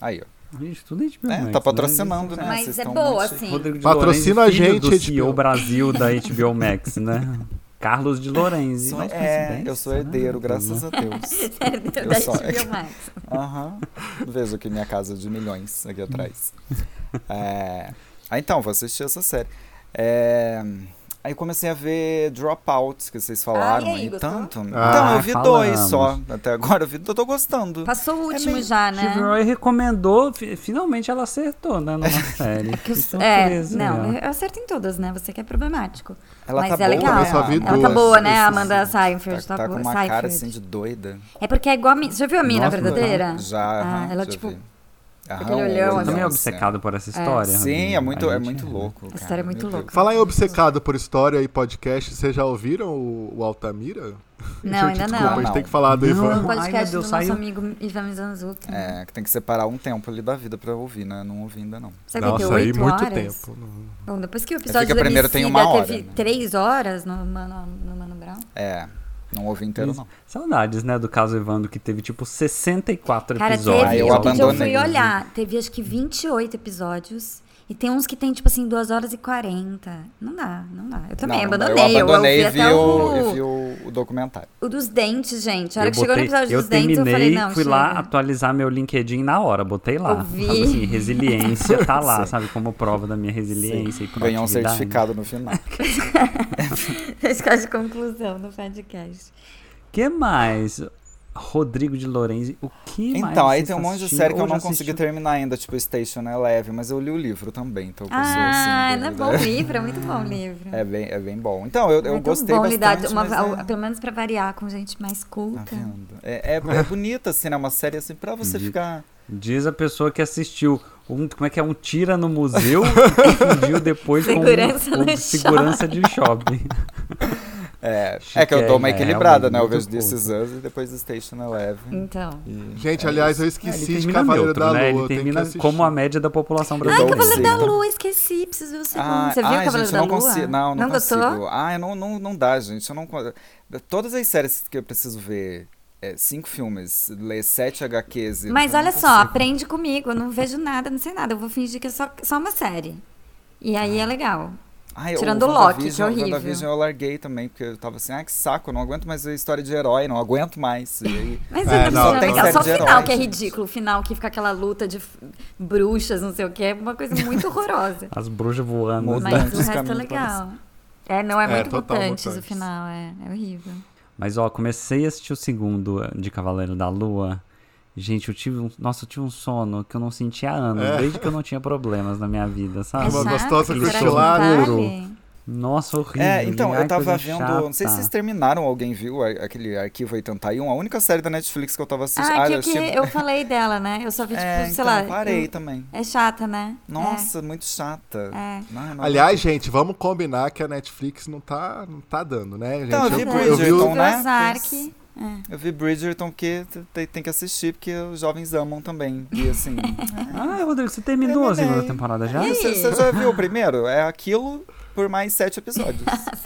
Speaker 4: Aí, ó.
Speaker 3: Gente, tudo é HBO
Speaker 4: É,
Speaker 3: Max,
Speaker 4: tá patrocinando, né?
Speaker 2: Mas
Speaker 4: Vocês
Speaker 2: é
Speaker 4: tão
Speaker 2: boa,
Speaker 4: muito-
Speaker 2: assim.
Speaker 3: Rodrigo de
Speaker 1: Patrocina
Speaker 3: Lorenzi,
Speaker 1: a
Speaker 3: filho do
Speaker 1: gente,
Speaker 3: CEO
Speaker 1: HBO.
Speaker 3: Brasil da HBO Max, né? Carlos de Lorenzi.
Speaker 4: Sou-
Speaker 3: Nossa,
Speaker 4: é,
Speaker 3: coincidência,
Speaker 4: eu sou
Speaker 3: né?
Speaker 4: herdeiro, graças a Deus.
Speaker 2: Série da
Speaker 4: Eu
Speaker 2: da
Speaker 4: só- é
Speaker 2: HBO Max.
Speaker 4: Aham. Vejo aqui minha casa é de milhões aqui atrás. É, Ah, então, vou assistir essa série. É, Aí comecei a ver Dropout, que vocês falaram
Speaker 2: Ah, e aí,
Speaker 4: aí
Speaker 2: gostou?
Speaker 4: tanto.
Speaker 1: Ah,
Speaker 4: então, eu vi dois
Speaker 3: falamos.
Speaker 4: só. Até agora eu vi, eu tô gostando.
Speaker 2: Passou o último
Speaker 4: É meio-
Speaker 2: já,
Speaker 3: Steve
Speaker 2: né?
Speaker 3: Roy recomendou, fi- finalmente ela acertou, né, numa série.
Speaker 2: Que
Speaker 3: Que
Speaker 2: os- é,
Speaker 3: surpresa,
Speaker 2: não,
Speaker 3: né?
Speaker 2: eu acerto em todas, né? Você que é problemático.
Speaker 4: Ela
Speaker 2: Mas
Speaker 4: tá
Speaker 2: é
Speaker 4: boa,
Speaker 2: legal.
Speaker 4: né?
Speaker 1: Eu só vi
Speaker 2: Ela tá
Speaker 1: duas.
Speaker 2: boa, né?
Speaker 4: Isso,
Speaker 2: A Amanda
Speaker 4: sim.
Speaker 2: Seinfeld tá,
Speaker 4: tá, tá com
Speaker 2: boa.
Speaker 4: uma cara
Speaker 2: Seinfeld.
Speaker 4: assim de doida.
Speaker 2: É porque é igual a mim. Você já viu a mina
Speaker 3: Nossa,
Speaker 2: verdadeira?
Speaker 4: Já,
Speaker 2: Ah,
Speaker 4: aham,
Speaker 2: ela,
Speaker 4: já
Speaker 2: tipo,
Speaker 4: vi. Aham,
Speaker 2: aquele
Speaker 4: o
Speaker 2: olhão,
Speaker 3: Você
Speaker 2: assim.
Speaker 3: também é
Speaker 4: assim.
Speaker 3: obsecado por essa história?
Speaker 4: Sim,
Speaker 3: Rodrigo?
Speaker 4: é muito,
Speaker 3: A
Speaker 4: é
Speaker 3: gente
Speaker 4: muito louco.
Speaker 2: Essa
Speaker 4: cara,
Speaker 2: história é muito
Speaker 4: meu Deus.
Speaker 2: louca.
Speaker 1: Falar em obcecado por história e podcast, vocês já ouviram o, o Altamira?
Speaker 2: Não, ainda
Speaker 1: desculpa,
Speaker 2: não.
Speaker 1: a gente
Speaker 4: Não.
Speaker 1: tem que falar do
Speaker 3: Não.
Speaker 2: O
Speaker 1: Ivan.
Speaker 2: podcast
Speaker 3: Ai, meu Deus,
Speaker 2: do
Speaker 3: saiu.
Speaker 2: nosso amigo Ivan Mizanzuki. né?
Speaker 4: É, que tem que separar um tempo ali da vida pra ouvir, né? Não ouvi ainda, não.
Speaker 2: Sabe o que,
Speaker 1: Nossa, aí
Speaker 2: oito
Speaker 1: muito
Speaker 2: horas?
Speaker 1: tempo. Não-
Speaker 2: Bom, depois que o episódio
Speaker 4: que
Speaker 2: da
Speaker 4: primeiro tem
Speaker 2: Emicida
Speaker 4: uma hora,
Speaker 2: teve
Speaker 4: né?
Speaker 2: três horas no Mano, no Mano Brown.
Speaker 4: É, não ouvi inteiro, não.
Speaker 3: Saudades, né, do caso Evandro, que teve tipo 64
Speaker 2: Cara,
Speaker 3: episódios.
Speaker 2: teve,
Speaker 4: Ah, eu
Speaker 2: outro dia eu
Speaker 4: abandonei.
Speaker 2: fui olhar, teve acho que 28 episódios. E tem uns que tem, tipo assim, 2 horas e 40. Não dá, não dá. Eu também
Speaker 4: Não, não dá.
Speaker 2: abandonei.
Speaker 4: Eu abandonei
Speaker 2: eu
Speaker 4: e
Speaker 2: ouvi
Speaker 4: vi,
Speaker 2: até
Speaker 4: o,
Speaker 2: o,
Speaker 4: e vi o, o documentário.
Speaker 2: o dos dentes, gente. A hora
Speaker 3: eu
Speaker 2: que chegou no
Speaker 3: botei-
Speaker 2: episódio
Speaker 3: eu
Speaker 2: dos dentes, eu
Speaker 3: terminei,
Speaker 2: falei, não,
Speaker 3: fui
Speaker 2: chega.
Speaker 3: lá atualizar meu LinkedIn na hora, botei lá.
Speaker 2: Eu vi.
Speaker 3: Sabe assim, resiliência tá lá, sabe? Como prova da minha resiliência e
Speaker 4: Ganhou um
Speaker 3: proatividade.
Speaker 4: certificado no final.
Speaker 2: Fez quase conclusão do podcast.
Speaker 3: que mais? Rodrigo de Lorenzi, o que mais?
Speaker 4: Então, aí
Speaker 3: você
Speaker 4: tem um
Speaker 3: tá
Speaker 4: monte de
Speaker 3: assistindo?
Speaker 4: série que eu
Speaker 3: Hoje
Speaker 4: não consegui
Speaker 3: assisti-
Speaker 4: terminar ainda, tipo Station Eleven, mas eu li o livro também, então eu consigo,
Speaker 2: Ah,
Speaker 4: assim,
Speaker 2: não é
Speaker 4: dúvida.
Speaker 2: bom livro, é muito bom livro.
Speaker 4: É bem, é bem bom. Então, eu, eu
Speaker 2: muito
Speaker 4: gostei
Speaker 2: bom
Speaker 4: bastante.
Speaker 2: lidar, uma-
Speaker 4: mas
Speaker 2: al-
Speaker 4: é-
Speaker 2: pelo menos pra variar com gente mais
Speaker 4: Tá
Speaker 2: culta.
Speaker 4: vendo? É, é, é bonita, assim, né? Uma série assim, pra você ficar.
Speaker 3: Diz a pessoa que assistiu. Um, como é que é? Um tira no museu e confundiu depois
Speaker 2: Segurança
Speaker 3: com um,
Speaker 2: no
Speaker 3: um segurança de shopping.
Speaker 4: É, é
Speaker 3: Chique,
Speaker 4: que eu dou uma
Speaker 3: é,
Speaker 4: equilibrada, né? Eu
Speaker 3: muito
Speaker 4: vejo
Speaker 3: culto.
Speaker 4: This Is Us e depois Station Eleven.
Speaker 2: Então.
Speaker 4: E-
Speaker 1: Gente,
Speaker 4: é
Speaker 1: aliás,
Speaker 4: isso.
Speaker 1: eu
Speaker 3: É, ele
Speaker 1: esqueci de
Speaker 3: termina
Speaker 1: Cavaleiro
Speaker 3: neutro,
Speaker 1: da
Speaker 3: né?
Speaker 1: Lua.
Speaker 3: Ele
Speaker 1: tem que
Speaker 3: termina
Speaker 1: assistir.
Speaker 3: como a média da população
Speaker 4: Ai,
Speaker 2: Ah,
Speaker 3: brasileira.
Speaker 2: Cavaleiro da
Speaker 4: Sim.
Speaker 2: Lua, esqueci, preciso ver o segundo.
Speaker 4: Ah,
Speaker 2: Você viu
Speaker 4: ai,
Speaker 2: o Cavaleiro
Speaker 4: gente,
Speaker 2: da
Speaker 4: eu não
Speaker 2: Lua?
Speaker 4: consigo. Não, não,
Speaker 2: gostou?
Speaker 4: consigo. Ai, não, não, não dá, gente. Eu não con- Todas as séries que eu preciso ver, é, cinco filmes, ler sete HQs. e-
Speaker 2: Mas
Speaker 4: eu não
Speaker 2: olha só,
Speaker 4: consigo.
Speaker 2: aprende comigo. Eu não vejo nada, não sei nada. Eu vou fingir que é só, só uma série. E aí é legal.
Speaker 4: Ai,
Speaker 2: Tirando o Loki, que é horrível.
Speaker 4: O WandaVision eu larguei também, porque eu tava assim, ah, que saco, eu não aguento mais ver história de herói, não aguento mais. E aí,
Speaker 2: Mas
Speaker 1: É,
Speaker 2: é,
Speaker 1: não,
Speaker 2: não,
Speaker 1: tem
Speaker 2: legal. Só o
Speaker 1: série de
Speaker 2: final
Speaker 4: herói,
Speaker 2: que é
Speaker 4: gente.
Speaker 2: ridículo. O final que fica aquela luta de f- bruxas, não sei o que. É uma coisa muito horrorosa.
Speaker 3: As bruxas voando.
Speaker 4: Muda.
Speaker 2: Mas
Speaker 4: Mutantes,
Speaker 2: o resto é
Speaker 4: Caminho
Speaker 2: legal. É, não, é,
Speaker 1: É,
Speaker 2: muito
Speaker 1: total
Speaker 2: mutantes, o
Speaker 1: mutantes.
Speaker 2: final. É, é horrível.
Speaker 3: Mas ó, comecei a assistir o segundo de Cavaleiro da Lua. Gente, eu tive um. Nossa, eu tive um sono que eu não senti há anos,
Speaker 1: É.
Speaker 3: desde que eu não tinha problemas na minha vida,
Speaker 2: É
Speaker 1: Ah,
Speaker 3: sabe?
Speaker 1: uma
Speaker 2: chato,
Speaker 1: gostosa
Speaker 2: que será que
Speaker 1: cochilada.
Speaker 2: vale?
Speaker 3: Nossa, horrível.
Speaker 4: É, então,
Speaker 3: Ai,
Speaker 4: eu tava
Speaker 3: coisa
Speaker 4: vendo.
Speaker 3: chata.
Speaker 4: Não sei se vocês terminaram, alguém viu a- aquele Arquivo 81, a única série da Netflix que eu tava assistindo.
Speaker 2: Ah, que,
Speaker 4: eu
Speaker 2: que
Speaker 4: achei-
Speaker 2: eu falei dela, né? Eu só vi, tipo,
Speaker 4: É,
Speaker 2: sei
Speaker 4: então,
Speaker 2: lá.
Speaker 4: parei
Speaker 2: eu-
Speaker 4: também.
Speaker 2: É chata, né? É.
Speaker 4: Nossa, muito chata.
Speaker 2: É.
Speaker 4: Não, não-
Speaker 1: Aliás, gente, vamos combinar que a Netflix não tá, não tá dando, né, gente?
Speaker 4: Então, eu vi
Speaker 2: é.
Speaker 1: eu vi
Speaker 4: Bridgerton,
Speaker 1: o-
Speaker 4: né?
Speaker 2: Ozark. É.
Speaker 4: Eu vi Bridgerton porque t- tem, tem que assistir, porque os jovens amam também. E assim.
Speaker 3: Ah, Rodrigo, você terminou a
Speaker 4: Terminei.
Speaker 3: segunda temporada já?
Speaker 2: Ih.
Speaker 4: você, você já viu o primeiro? É aquilo por mais sete episódios.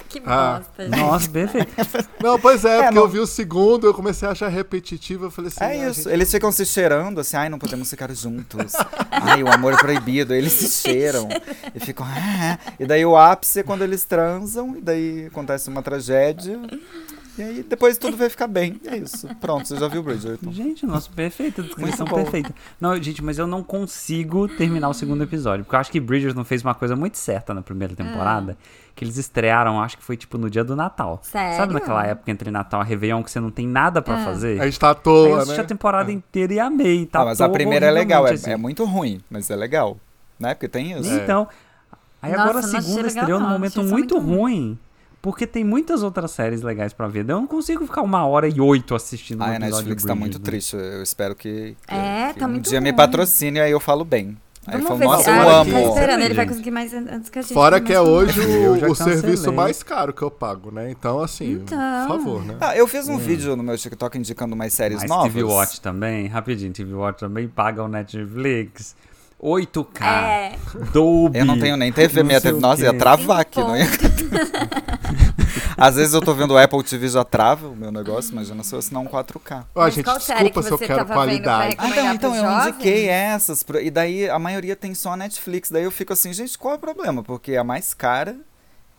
Speaker 2: Que
Speaker 1: Ah.
Speaker 2: bosta. gente.
Speaker 3: Nossa, perfeito.
Speaker 1: Não, pois é,
Speaker 4: É,
Speaker 1: porque
Speaker 4: não-
Speaker 1: eu vi o segundo, eu comecei a achar repetitivo, eu falei assim,
Speaker 4: é
Speaker 1: ah,
Speaker 4: isso.
Speaker 1: gente,
Speaker 4: Eles ficam se cheirando, assim, ai, não podemos ficar juntos. ai, o amor é proibido. Eles se cheiram. e ficam. "Ah". E daí o ápice é quando eles transam, e daí acontece uma tragédia. E aí depois tudo vai ficar bem. É isso. Pronto, você já viu Bridgerton.
Speaker 3: Gente, nossa, perfeita, descrição
Speaker 4: bom.
Speaker 3: perfeita. Não, gente, mas eu não consigo terminar o segundo episódio, porque eu acho que Bridgerton fez uma coisa muito certa na
Speaker 2: Ah.
Speaker 3: primeira temporada, que eles estrearam, acho que foi tipo no dia do Natal.
Speaker 2: Sério? Ah.
Speaker 3: Sabe naquela época entre Natal e Réveillon que você não tem nada pra fazer?
Speaker 4: É
Speaker 1: a gente tá à
Speaker 3: Aí eu
Speaker 1: toa,
Speaker 3: assisti
Speaker 1: né?
Speaker 3: a temporada inteira e amei, tá?
Speaker 4: Ah, mas a
Speaker 3: todo
Speaker 4: primeira é legal, é,
Speaker 3: horrivelmente,
Speaker 4: é
Speaker 3: assim.
Speaker 4: muito ruim, mas é legal. Né? Porque tem isso.
Speaker 3: Então, aí agora a
Speaker 2: Nossa, não achei
Speaker 3: segunda
Speaker 2: legal,
Speaker 3: estreou num
Speaker 2: não,
Speaker 3: momento
Speaker 2: achei só
Speaker 3: muito,
Speaker 2: muito ruim.
Speaker 3: ruim, porque tem muitas outras séries legais pra ver. Eu não consigo ficar uma hora e oito assistindo um
Speaker 4: Ai, a
Speaker 3: episódio né?
Speaker 4: Netflix
Speaker 3: de
Speaker 4: tá muito
Speaker 3: Bridgerton.
Speaker 4: triste. Eu espero que, que-
Speaker 2: É,
Speaker 4: que
Speaker 2: tá
Speaker 4: um
Speaker 2: muito
Speaker 4: dia me
Speaker 2: ruim.
Speaker 4: patrocine, aí eu falo bem. Aí eu
Speaker 2: Vamos
Speaker 4: falo,
Speaker 2: ver
Speaker 4: nossa,
Speaker 2: se
Speaker 4: eu
Speaker 2: Ah,
Speaker 4: amo.
Speaker 2: Tá esperando, ele
Speaker 3: Gente.
Speaker 2: vai conseguir mais an- antes que a gente.
Speaker 1: Fora que
Speaker 2: comece
Speaker 1: é
Speaker 2: a-
Speaker 1: hoje
Speaker 3: Eu já
Speaker 1: o, o
Speaker 3: cancelei.
Speaker 1: serviço mais caro que eu pago, né? Então, assim,
Speaker 2: Então.
Speaker 1: por favor, né?
Speaker 4: Ah, eu fiz um vídeo no meu TikTok indicando umas séries
Speaker 3: Hum. Mas
Speaker 4: novas.
Speaker 3: TV Watch também, rapidinho, TV Watch também paga o Netflix. 8K,
Speaker 2: É.
Speaker 3: Dolby.
Speaker 4: Eu não tenho nem TV,
Speaker 3: não
Speaker 4: minha
Speaker 3: sei
Speaker 4: TV,
Speaker 3: o
Speaker 4: nossa, ia
Speaker 3: quê.
Speaker 4: travar aqui, não ia. Às vezes eu tô vendo o Apple TV já trava o meu negócio, imagina se eu assinar um 4K.
Speaker 1: Ó,
Speaker 2: Mas
Speaker 1: gente,
Speaker 2: qual série
Speaker 1: desculpa
Speaker 2: que
Speaker 1: se eu
Speaker 2: você
Speaker 1: quero
Speaker 2: tava vendo pra
Speaker 1: qualidade.
Speaker 4: Ah,
Speaker 2: recomendar
Speaker 4: então, então
Speaker 2: pros
Speaker 4: eu
Speaker 2: jovens?
Speaker 4: indiquei essas, pro- e daí a maioria tem só a Netflix, daí eu fico assim, gente, qual é o problema? Porque é a mais cara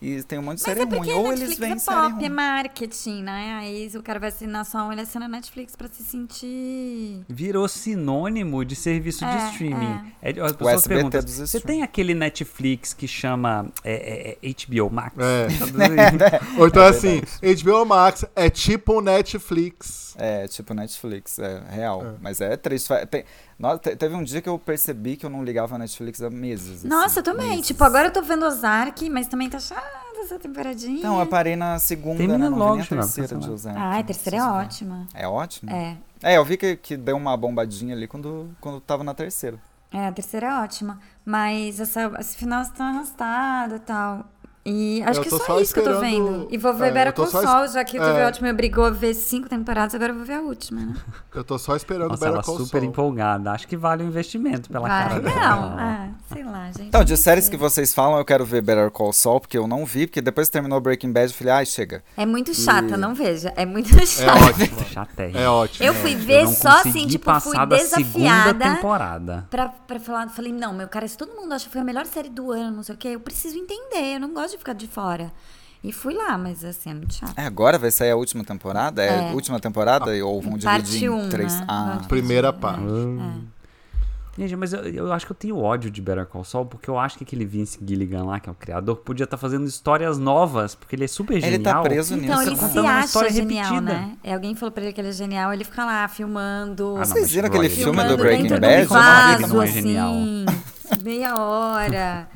Speaker 4: e tem um monte de
Speaker 2: Mas
Speaker 4: série
Speaker 2: é porque
Speaker 4: ruim.
Speaker 2: a
Speaker 4: Ou eles
Speaker 2: Netflix
Speaker 4: vêm
Speaker 2: é
Speaker 4: série
Speaker 2: pop, é
Speaker 4: ruim.
Speaker 2: marketing, né? Aí o cara vai assinar só um, ele assina a Netflix pra se sentir.
Speaker 3: Virou sinônimo de serviço de
Speaker 2: É,
Speaker 3: streaming. É. as pessoas
Speaker 4: SBT
Speaker 3: perguntam,
Speaker 4: dos
Speaker 3: você
Speaker 4: streaming."
Speaker 3: tem aquele Netflix que chama é, é, é, HBO Max?
Speaker 1: É.
Speaker 3: É.
Speaker 1: Ou então, assim, HBO Max é tipo um Netflix.
Speaker 4: É, tipo Netflix, é real. Mas é triste. Fa- tem- nossa, te- teve um dia que eu percebi que eu não ligava a Netflix há meses. assim,
Speaker 2: Nossa, eu também.
Speaker 4: meses.
Speaker 2: Tipo, agora eu tô vendo Ozark, mas também tá chata essa temporadinha.
Speaker 4: Então, eu parei na segunda,
Speaker 3: Termina
Speaker 4: né? Não
Speaker 3: logo,
Speaker 4: vi nem a
Speaker 3: Chanel,
Speaker 4: terceira
Speaker 3: cancela.
Speaker 4: de Ozark.
Speaker 2: Ah, a terceira é
Speaker 4: Preciso ver.
Speaker 2: ótima.
Speaker 4: É ótimo?
Speaker 2: É.
Speaker 4: É, eu vi que, que deu uma bombadinha ali quando, quando tava na terceira.
Speaker 2: É, a terceira é ótima. Mas essa, esse final está tá arrastado e tal. E acho
Speaker 1: Eu
Speaker 2: que
Speaker 1: tô
Speaker 2: só,
Speaker 1: só
Speaker 2: isso que eu tô
Speaker 1: esperando-
Speaker 2: vendo. E vou
Speaker 1: é,
Speaker 2: ver
Speaker 1: eu
Speaker 2: Better
Speaker 1: tô
Speaker 2: Call
Speaker 1: só es-
Speaker 2: Saul, já que o
Speaker 1: é.
Speaker 2: TV Watch me obrigou a ver cinco temporadas, agora eu vou ver a última, né?
Speaker 1: Eu tô só esperando
Speaker 3: Nossa,
Speaker 1: Better
Speaker 3: ela
Speaker 1: Call
Speaker 3: super
Speaker 1: Saul.
Speaker 3: empolgada. Acho que vale o investimento pela cara
Speaker 2: Vai.
Speaker 3: dela.
Speaker 2: Não, ah, sei lá, gente.
Speaker 4: Então, de séries que vocês falam, eu quero ver Better Call Saul, porque eu não vi, porque depois que terminou Breaking Bad, eu falei, ai, chega.
Speaker 2: É muito chata, não veja. É muito
Speaker 1: É
Speaker 2: chata.
Speaker 1: ótimo.
Speaker 3: Chatérrimo.
Speaker 1: É ótimo.
Speaker 2: eu fui ver
Speaker 3: não
Speaker 2: só assim,
Speaker 3: consegui
Speaker 2: tipo, fui
Speaker 3: passar da segunda
Speaker 2: desafiada.
Speaker 3: temporada.
Speaker 2: Pra, pra falar, falei, não, meu cara, se todo mundo acha que foi a melhor série do ano, não sei o quê, eu preciso entender, eu não gosto de ficar de fora. E fui lá, mas assim, é muito chato.
Speaker 4: É, agora vai sair a última temporada? É,
Speaker 2: É.
Speaker 4: última temporada? ou vão
Speaker 2: Parte
Speaker 4: dividir
Speaker 2: um,
Speaker 4: em três?
Speaker 2: né?
Speaker 4: Ah,
Speaker 1: Primeira parte.
Speaker 3: Gente, mas eu, eu acho que eu tenho ódio de Better Call Saul, porque eu acho que aquele Vince Gilligan lá, que é o criador, podia estar fazendo histórias novas, porque ele é super genial.
Speaker 4: ele tá preso
Speaker 2: Então,
Speaker 4: nisso. Ah,
Speaker 2: ele
Speaker 4: né?
Speaker 2: se
Speaker 3: contando uma
Speaker 2: acha
Speaker 3: história
Speaker 2: genial,
Speaker 3: repetida.
Speaker 2: né? E alguém falou pra ele que ele é genial, ele fica lá filmando.
Speaker 3: Ah, não,
Speaker 4: Vocês viram
Speaker 3: mas
Speaker 4: aquele
Speaker 3: Roy,
Speaker 4: filme
Speaker 3: ele-
Speaker 4: do
Speaker 2: filmando dentro
Speaker 4: Breaking Bad?
Speaker 2: de um
Speaker 4: Como
Speaker 3: Tomara que
Speaker 2: vaso,
Speaker 3: ele não é
Speaker 2: assim,
Speaker 3: genial.
Speaker 2: meia hora.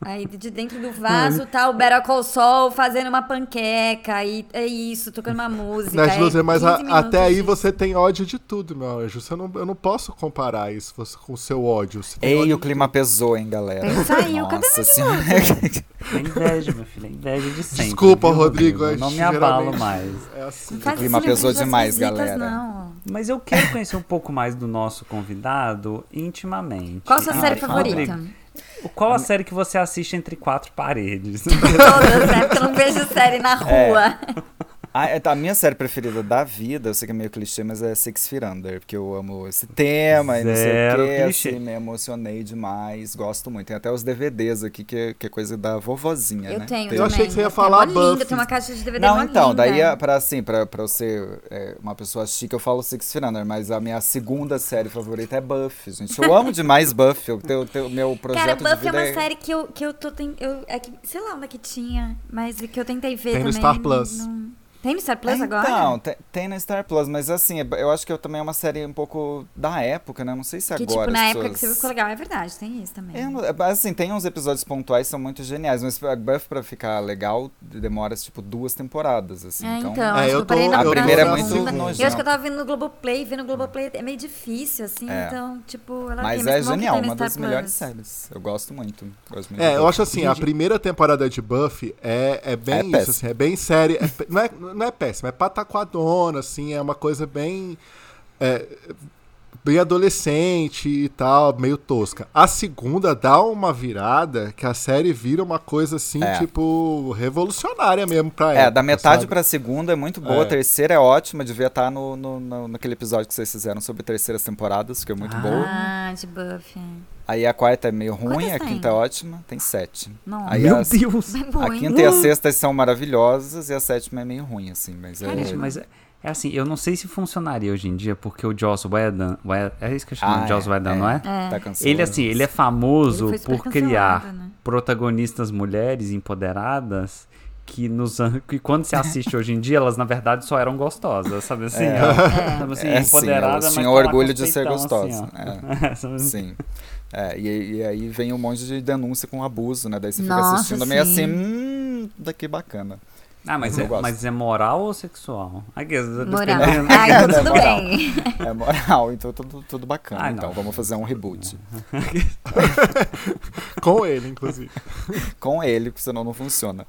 Speaker 2: Aí de dentro do vaso tá o Better Call Saul fazendo uma panqueca, e é isso, tocando uma música.
Speaker 1: Nas
Speaker 2: é
Speaker 1: luzes, Né, mas a-
Speaker 2: 15 minutos
Speaker 1: até aí
Speaker 2: disso.
Speaker 1: você tem ódio de tudo, meu anjo. Você não, eu não posso comparar isso você- com o seu ódio. Você tem
Speaker 4: Ei,
Speaker 1: ódio
Speaker 4: o clima pesou, hein, galera?
Speaker 2: Ele saiu, cadê
Speaker 4: Nossa
Speaker 2: meu
Speaker 4: senhora.
Speaker 3: É inveja, meu filho, é inveja de sempre.
Speaker 1: Desculpa,
Speaker 3: viu,
Speaker 1: Rodrigo,
Speaker 3: Eu não me abalo mais.
Speaker 1: É assim.
Speaker 2: Não faz
Speaker 4: O clima
Speaker 2: esse livro
Speaker 4: pesou
Speaker 2: das
Speaker 4: demais,
Speaker 2: visitas,
Speaker 4: galera.
Speaker 2: Não.
Speaker 3: Mas eu quero conhecer um pouco mais do nosso convidado intimamente.
Speaker 2: Qual a sua
Speaker 3: Ah,
Speaker 2: série
Speaker 3: Rodrigo,
Speaker 2: favorita?
Speaker 3: Qual a série que você assiste entre quatro paredes?
Speaker 2: Todas, né? Porque eu não vejo série na
Speaker 4: É.
Speaker 2: rua.
Speaker 4: Ah, é, tá, a minha série preferida da vida, eu sei que é meio clichê, mas é Six Feet Under, porque eu amo esse tema e não sei o
Speaker 3: Zero
Speaker 4: quê,
Speaker 3: clichê.
Speaker 4: assim, me emocionei demais, gosto muito. Tem até os DVDs aqui, que, é- que é coisa da vovozinha,
Speaker 2: Eu
Speaker 4: né?
Speaker 2: tenho
Speaker 4: Tem-
Speaker 1: Eu
Speaker 2: também.
Speaker 1: achei que você ia
Speaker 2: Tem
Speaker 1: falar
Speaker 2: uma linda,
Speaker 1: Buffy.
Speaker 2: Tem uma caixa de DVD
Speaker 4: Não,
Speaker 2: mó
Speaker 4: então,
Speaker 2: linda.
Speaker 4: daí, é pra, assim, pra, pra ser é, uma pessoa chique, eu falo Six Feet Under, mas a minha segunda série favorita é Buffy, gente. Eu amo demais Buffy, o teu, teu, meu projeto
Speaker 2: Cara,
Speaker 4: de
Speaker 2: Buffy é
Speaker 4: vida
Speaker 2: uma série que eu, que eu tô... ten- Eu, é que, sei lá onde é que tinha, mas que eu tentei ver
Speaker 1: Tem no
Speaker 2: também.
Speaker 1: Star Plus.
Speaker 2: não- Tem no Star Plus
Speaker 4: então,
Speaker 2: agora?
Speaker 4: te- tem na Star Plus, mas assim, eu acho que eu também é uma série um pouco da época, né? Não sei se
Speaker 2: Que,
Speaker 4: agora
Speaker 2: tipo, na
Speaker 4: as
Speaker 2: época que
Speaker 4: pessoas-
Speaker 2: você viu ficou legal. É verdade, tem isso também.
Speaker 4: Eu não- é, assim, tem uns episódios pontuais que são muito geniais, mas a Buff pra ficar legal demora tipo duas temporadas, assim.
Speaker 2: É, então,
Speaker 4: então
Speaker 1: É,
Speaker 2: acho
Speaker 1: eu
Speaker 2: que eu parei
Speaker 1: tô-
Speaker 2: na
Speaker 4: a
Speaker 2: na
Speaker 4: primeira é muito
Speaker 2: segunda.
Speaker 4: nojenta.
Speaker 2: Eu acho que eu tava vendo no Globoplay, vendo no Globoplay é meio difícil, assim,
Speaker 4: É.
Speaker 2: então, tipo, ela
Speaker 4: mas
Speaker 2: tem
Speaker 4: é
Speaker 2: mas bom que
Speaker 4: genial,
Speaker 2: tem no
Speaker 4: uma
Speaker 2: Star
Speaker 4: das melhores
Speaker 2: Plus.
Speaker 4: séries. Eu gosto muito. Gosto
Speaker 2: Né?
Speaker 4: muito
Speaker 1: É, eu
Speaker 2: Então,
Speaker 4: Buffy.
Speaker 1: acho assim, a primeira temporada de Buffy é, é
Speaker 4: É
Speaker 1: bem isso,
Speaker 4: péssima.
Speaker 1: assim, é bem série. é pé- não, é, não é péssima, é pataquadona, assim, é uma coisa bem. é, bem adolescente e tal, meio tosca. A segunda dá uma virada que a série vira uma coisa assim,
Speaker 4: É.
Speaker 1: tipo, revolucionária mesmo pra ela.
Speaker 4: É, da metade
Speaker 1: sabe?
Speaker 4: pra segunda é muito boa,
Speaker 1: É.
Speaker 4: a terceira é ótima, devia estar no, no, no- naquele episódio que vocês fizeram sobre terceiras temporadas, que é muito
Speaker 3: Ah.
Speaker 4: boa.
Speaker 2: Ah, de Buffy.
Speaker 4: Aí a quarta é meio ruim,
Speaker 2: Quantas
Speaker 4: a
Speaker 2: tem?
Speaker 4: quinta é ótima, tem sete.
Speaker 2: Não,
Speaker 4: Aí
Speaker 3: Meu
Speaker 4: as-
Speaker 3: Deus!
Speaker 2: é
Speaker 4: A
Speaker 2: bom, hein?
Speaker 4: quinta e a sexta são maravilhosas e a sétima é meio ruim, assim, mas é.
Speaker 3: Gente, mas é, é assim, eu não sei se funcionaria hoje em dia, porque o Joss Whedon, Whe- é isso que eu chamo
Speaker 4: Ah,
Speaker 3: de Joss
Speaker 4: é,
Speaker 3: Whedon,
Speaker 4: é.
Speaker 3: não é?
Speaker 4: Tá cancelado.
Speaker 3: Ele, assim, ele é famoso
Speaker 2: Ele foi super
Speaker 3: por criar
Speaker 2: cancelado, né?
Speaker 3: protagonistas mulheres empoderadas que nos an- que quando se assiste hoje em dia, elas na verdade só eram gostosas, sabe assim? Sabe assim,
Speaker 4: É, sim, elas
Speaker 3: empoderada, mas
Speaker 4: tinham
Speaker 3: tá lá com
Speaker 4: orgulho
Speaker 3: os
Speaker 4: de ser
Speaker 3: peitão,
Speaker 4: gostosa, né?
Speaker 3: assim, ó. Sabe assim?
Speaker 4: Sim. É, e, e aí vem um monte de denúncia com abuso, né? Daí você fica
Speaker 2: Nossa,
Speaker 4: assistindo meio
Speaker 2: sim.
Speaker 4: assim, hum, daqui bacana.
Speaker 3: Ah, mas
Speaker 4: Eu
Speaker 3: é,
Speaker 4: gosto.
Speaker 3: mas é moral ou sexual? Ah, que-
Speaker 2: Moral.
Speaker 3: dependendo-
Speaker 2: Ah, então tudo
Speaker 4: Moral.
Speaker 2: bem.
Speaker 4: É moral, então tudo, tudo bacana.
Speaker 3: Ah, não.
Speaker 4: então, vamos fazer um reboot.
Speaker 1: Com ele, inclusive.
Speaker 4: Com ele, porque senão não funciona.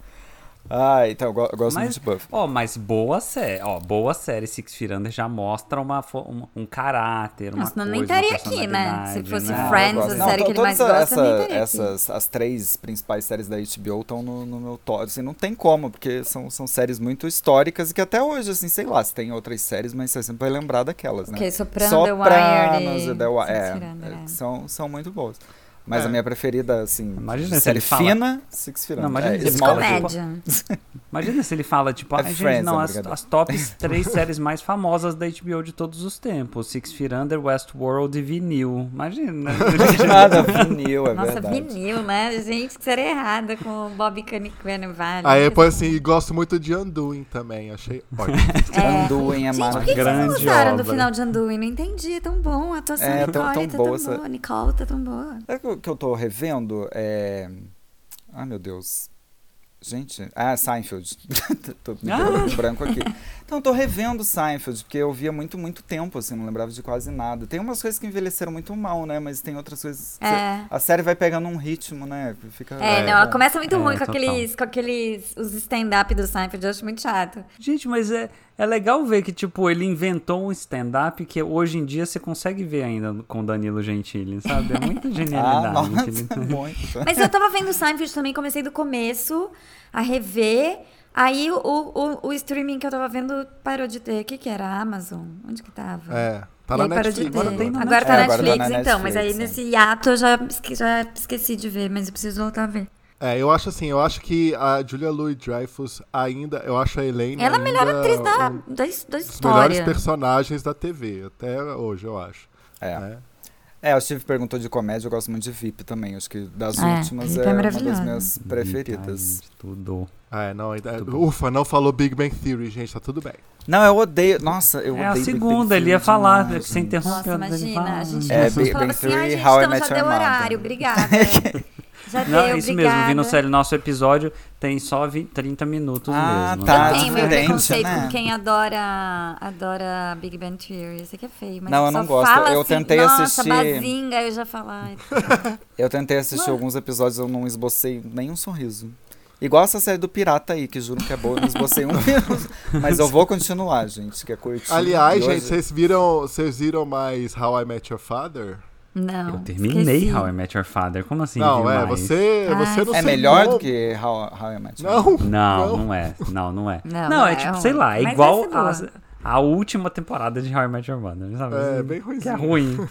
Speaker 4: Ah, então, eu, go- eu gosto muito de Buff.
Speaker 3: Ó, mas boa série, ó, boa série Six Feet Under já mostra uma, fo- um, um caráter, uma
Speaker 2: Não, senão
Speaker 3: coisa,
Speaker 2: nem
Speaker 3: uma
Speaker 2: estaria aqui, né?
Speaker 3: personalidade,
Speaker 2: Se fosse
Speaker 3: né?
Speaker 4: eu
Speaker 2: Friends,
Speaker 4: gosto.
Speaker 2: a série que ele mais
Speaker 4: todas
Speaker 2: gosta, nem teria aqui.
Speaker 4: essas as três principais séries da HBO estão no, no meu top. Assim, não tem como, porque são, são séries muito históricas e que até hoje, assim, sei lá, se tem outras séries, mas você sempre vai lembrar daquelas, né?
Speaker 2: Ok, é Soprano, The
Speaker 4: Sopranos
Speaker 2: Wire
Speaker 4: e
Speaker 2: e
Speaker 4: The Wire.
Speaker 2: Six
Speaker 4: É,
Speaker 2: Feet Under,
Speaker 4: é,
Speaker 2: é.
Speaker 4: São, são muito boas. Mas
Speaker 1: É.
Speaker 4: a minha preferida, assim,
Speaker 3: Imagina
Speaker 4: de
Speaker 3: se
Speaker 4: série
Speaker 3: ele fala-
Speaker 4: fina, Six Feet
Speaker 3: Não,
Speaker 4: Under.
Speaker 3: imagina
Speaker 4: É,
Speaker 3: se ele
Speaker 4: Smallville.
Speaker 3: fala-
Speaker 2: Comédia.
Speaker 3: Imagina se ele fala, tipo,
Speaker 4: É
Speaker 3: ah, gente,
Speaker 4: Friends,
Speaker 3: não,
Speaker 4: é
Speaker 3: as,
Speaker 4: brincadeira.
Speaker 3: as tops três séries mais famosas da HBO de todos os tempos. Six Feet Under, Westworld e Vinil. Imagina.
Speaker 4: Nada, vinil, é
Speaker 2: Nossa,
Speaker 4: verdade.
Speaker 2: vinil, né? Gente, que série errada com o Bob Cannavale.
Speaker 1: Aí depois assim, e gosto muito de Anduin também, achei ótimo.
Speaker 4: Anduin é
Speaker 2: Gente, por que, que vocês não
Speaker 3: grande
Speaker 2: usaram do
Speaker 3: obra.
Speaker 2: final de Anduin? Não entendi, é tão bom. A atuação
Speaker 4: É,
Speaker 2: da
Speaker 4: tão-
Speaker 2: Nicole
Speaker 4: tão
Speaker 2: tá
Speaker 4: boa
Speaker 2: tão
Speaker 4: essa-
Speaker 2: boa, Nicole tá tão boa.
Speaker 4: Sabe o que eu tô revendo? É. Ai, meu Deus. Gente. Ah, Seinfeld. tô me dando um branco aqui. Então, eu tô revendo Seinfeld, porque eu via muito, muito tempo, assim, não lembrava de quase nada. Tem umas coisas que envelheceram muito mal, né? Mas tem outras coisas. que
Speaker 2: É.
Speaker 4: A série vai pegando um ritmo, né? Fica.
Speaker 2: É, não, ela começa muito
Speaker 3: É,
Speaker 2: ruim com
Speaker 3: total.
Speaker 2: aqueles, com aqueles os stand-up do Seinfeld, eu acho muito chato.
Speaker 3: Gente, mas é, é legal ver que, tipo, ele inventou um stand-up que hoje em dia você consegue ver ainda com Danilo Gentili, sabe? É muita
Speaker 4: Ah,
Speaker 3: genialidade. que ele-
Speaker 4: nossa, muito.
Speaker 2: Mas eu tava vendo Seinfeld também, comecei do começo a rever. Aí o, o, o streaming que eu tava vendo parou de ter. O que que era? A Amazon? Onde que tava?
Speaker 1: É, tá
Speaker 2: E
Speaker 1: na
Speaker 2: aí parou de
Speaker 1: Netflix.
Speaker 2: ter.
Speaker 3: agora tem na
Speaker 2: Agora tá na
Speaker 4: Netflix. É, agora tá
Speaker 2: Netflix,
Speaker 4: na
Speaker 2: então.
Speaker 4: Netflix,
Speaker 2: mas aí
Speaker 4: é.
Speaker 2: nesse hiato eu já, esque- já esqueci de ver, mas eu preciso voltar a ver.
Speaker 1: É, eu acho assim, eu acho que a Julia Louis-Dreyfus ainda, eu acho a Elaine
Speaker 2: Ela é a melhor
Speaker 1: ainda
Speaker 2: atriz da,
Speaker 1: um
Speaker 2: da, his- da
Speaker 1: dos melhores
Speaker 2: história.
Speaker 1: personagens da TV, até hoje, eu acho.
Speaker 4: É.
Speaker 1: né?
Speaker 4: É, o Steve perguntou de comédia, eu gosto muito de VIP também. Acho que das
Speaker 2: É,
Speaker 4: últimas
Speaker 2: VIP é
Speaker 4: é, uma das
Speaker 2: maravilhosa.
Speaker 4: minhas preferidas.
Speaker 3: Ai, gente, Tudo.
Speaker 1: Ah, é, não, ainda,
Speaker 3: Muito bom.
Speaker 1: ufa, não falou Big Bang Theory, gente, tá tudo bem.
Speaker 4: Não, eu odeio. Nossa, eu
Speaker 3: é
Speaker 4: odeio.
Speaker 3: a
Speaker 4: Big Bang
Speaker 3: segunda, ele
Speaker 4: Theory
Speaker 3: ia falar,
Speaker 4: demais, né?
Speaker 3: sem
Speaker 4: gente.
Speaker 3: interromper.
Speaker 2: Nossa,
Speaker 3: ele
Speaker 2: imagina.
Speaker 3: fala.
Speaker 2: A gente
Speaker 4: É,
Speaker 2: a gente
Speaker 4: Big
Speaker 2: falava
Speaker 4: Bang
Speaker 2: assim, ah,
Speaker 4: Theory,
Speaker 2: gente,
Speaker 4: How I
Speaker 2: então já
Speaker 4: Met Your
Speaker 2: deu
Speaker 4: Mother.
Speaker 2: horário, obrigada. já deu,
Speaker 3: Não, é isso
Speaker 2: obrigada.
Speaker 3: mesmo, Vinocélio, nosso episódio tem só vi- 30 minutos
Speaker 4: Ah,
Speaker 3: mesmo.
Speaker 4: tá.
Speaker 3: né?
Speaker 2: Tem meu
Speaker 4: diferente,
Speaker 2: preconceito
Speaker 4: né?
Speaker 2: com quem adora, adora Big Bang Theory. Isso aqui é feio, mas
Speaker 4: Não, eu
Speaker 2: só
Speaker 4: não gosto.
Speaker 2: fala
Speaker 4: Eu
Speaker 2: assim,
Speaker 4: tentei
Speaker 2: Nossa,
Speaker 4: assistir-
Speaker 2: bazinga, eu já falava.
Speaker 4: Eu tentei assistir alguns episódios, eu não esbocei nenhum sorriso. Igual essa série do Pirata aí, que juro que é boa, eu não esbocei um sorriso. Mas eu vou continuar, gente, que é curtinho.
Speaker 1: Aliás,
Speaker 4: E hoje-
Speaker 1: gente, vocês viram, vocês viram mais How I Met Your Father?
Speaker 2: Não,
Speaker 3: Eu terminei
Speaker 2: esqueci.
Speaker 3: How I Met Your Father. Como assim?
Speaker 1: não,
Speaker 3: vi
Speaker 1: é,
Speaker 3: mais?
Speaker 1: você,
Speaker 2: Ai,
Speaker 1: você não
Speaker 4: É
Speaker 1: sei
Speaker 4: melhor
Speaker 1: como-
Speaker 4: do que How, How I Met Your
Speaker 1: Não,
Speaker 3: Não, não é. Não, não é. Não,
Speaker 2: Não, não
Speaker 3: é,
Speaker 2: é
Speaker 3: tipo,
Speaker 2: ruim.
Speaker 3: sei lá, é
Speaker 2: Mas
Speaker 3: igual
Speaker 2: essa é boa.
Speaker 3: a, a última temporada de How I Met Your Mother, sabe?
Speaker 1: É,
Speaker 3: Assim,
Speaker 1: bem ruimzinho.
Speaker 3: Que é ruim.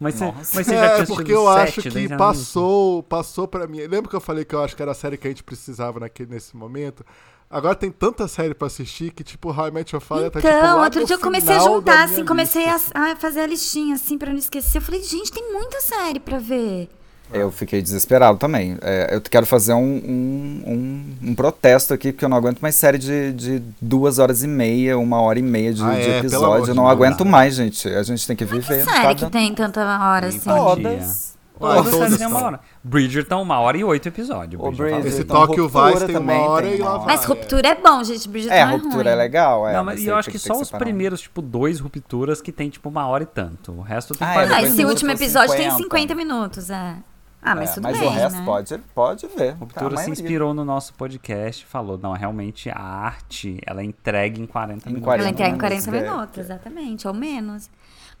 Speaker 3: Mas você, mas
Speaker 4: Nossa.
Speaker 3: você já
Speaker 1: é,
Speaker 3: tinha
Speaker 1: porque
Speaker 3: assistido
Speaker 1: eu
Speaker 3: sete,
Speaker 1: acho
Speaker 3: daí
Speaker 1: que
Speaker 3: já não-
Speaker 1: passou, passou pra mim. Lembra que eu falei que eu acho que era a série que a gente precisava naquele, nesse momento? Agora tem tanta série pra assistir que, tipo, How I Met Your Father tá, tipo,
Speaker 2: Então,
Speaker 1: lá
Speaker 2: outro
Speaker 1: no
Speaker 2: dia eu comecei a
Speaker 1: final da
Speaker 2: juntar,
Speaker 1: minha
Speaker 2: assim, comecei a, a fazer a listinha, assim, pra não esquecer. Eu falei, gente, tem muita série pra ver.
Speaker 4: Eu fiquei desesperado também. É, eu quero fazer um, um, um- um protesto aqui, porque eu não aguento mais série de, de duas horas e meia, uma hora e meia de,
Speaker 1: Ah,
Speaker 4: de
Speaker 1: é, pelo amor
Speaker 4: episódio.
Speaker 1: de
Speaker 4: Eu não
Speaker 1: Deus.
Speaker 4: aguento mais, gente. A gente tem que
Speaker 2: Que
Speaker 4: viver.
Speaker 2: série que
Speaker 4: cada-
Speaker 2: tem tanta hora,
Speaker 3: Tem
Speaker 2: assim?
Speaker 3: várias.
Speaker 4: Todas.
Speaker 1: Ah,
Speaker 3: Todas
Speaker 1: todas
Speaker 3: as séries têm uma
Speaker 1: estão.
Speaker 3: hora. Bridgerton, uma hora e oito episódios.
Speaker 4: O
Speaker 3: Bridgerton.
Speaker 1: Esse
Speaker 4: Bridgerton,
Speaker 2: Então,
Speaker 1: Tóquio
Speaker 4: Ruptura
Speaker 1: Vice tem uma
Speaker 4: também
Speaker 1: hora e
Speaker 4: uma
Speaker 1: lá
Speaker 4: hora.
Speaker 1: vai.
Speaker 2: Mas Ruptura é bom, gente. Bridget
Speaker 4: É,
Speaker 2: não é
Speaker 4: Ruptura é
Speaker 2: ruim.
Speaker 4: legal. É,
Speaker 3: Não, mas
Speaker 4: mas
Speaker 3: eu
Speaker 4: aí
Speaker 3: acho
Speaker 4: tem
Speaker 3: que
Speaker 4: ter
Speaker 3: só os
Speaker 4: separado.
Speaker 3: primeiros, tipo, dois rupturas que tem, tipo, uma hora e tanto. O resto tem
Speaker 4: Ah, é,
Speaker 3: quarenta
Speaker 2: Ah,
Speaker 4: depois
Speaker 2: esse
Speaker 4: minutos
Speaker 2: último
Speaker 4: ou
Speaker 2: episódio tem
Speaker 4: 50.
Speaker 2: 50 minutos, é. Ah, mas
Speaker 4: É,
Speaker 2: tudo
Speaker 4: mas
Speaker 2: bem,
Speaker 4: o resto
Speaker 2: né?
Speaker 4: pode, pode ver.
Speaker 3: Ruptura
Speaker 4: Tá, a
Speaker 3: se
Speaker 4: maioria.
Speaker 3: inspirou no nosso podcast, falou, não, realmente a arte, ela é entregue em 40
Speaker 4: Em
Speaker 3: minutos.
Speaker 4: 40
Speaker 2: Ela entrega em 40
Speaker 4: minutos, é.
Speaker 2: minutos, exatamente, ou menos.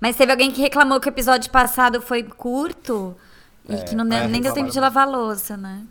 Speaker 2: Mas teve alguém que reclamou que o episódio passado foi curto e que não deu-
Speaker 1: é,
Speaker 2: nem deu tempo de
Speaker 1: reclamaram.
Speaker 2: lavar a louça, né?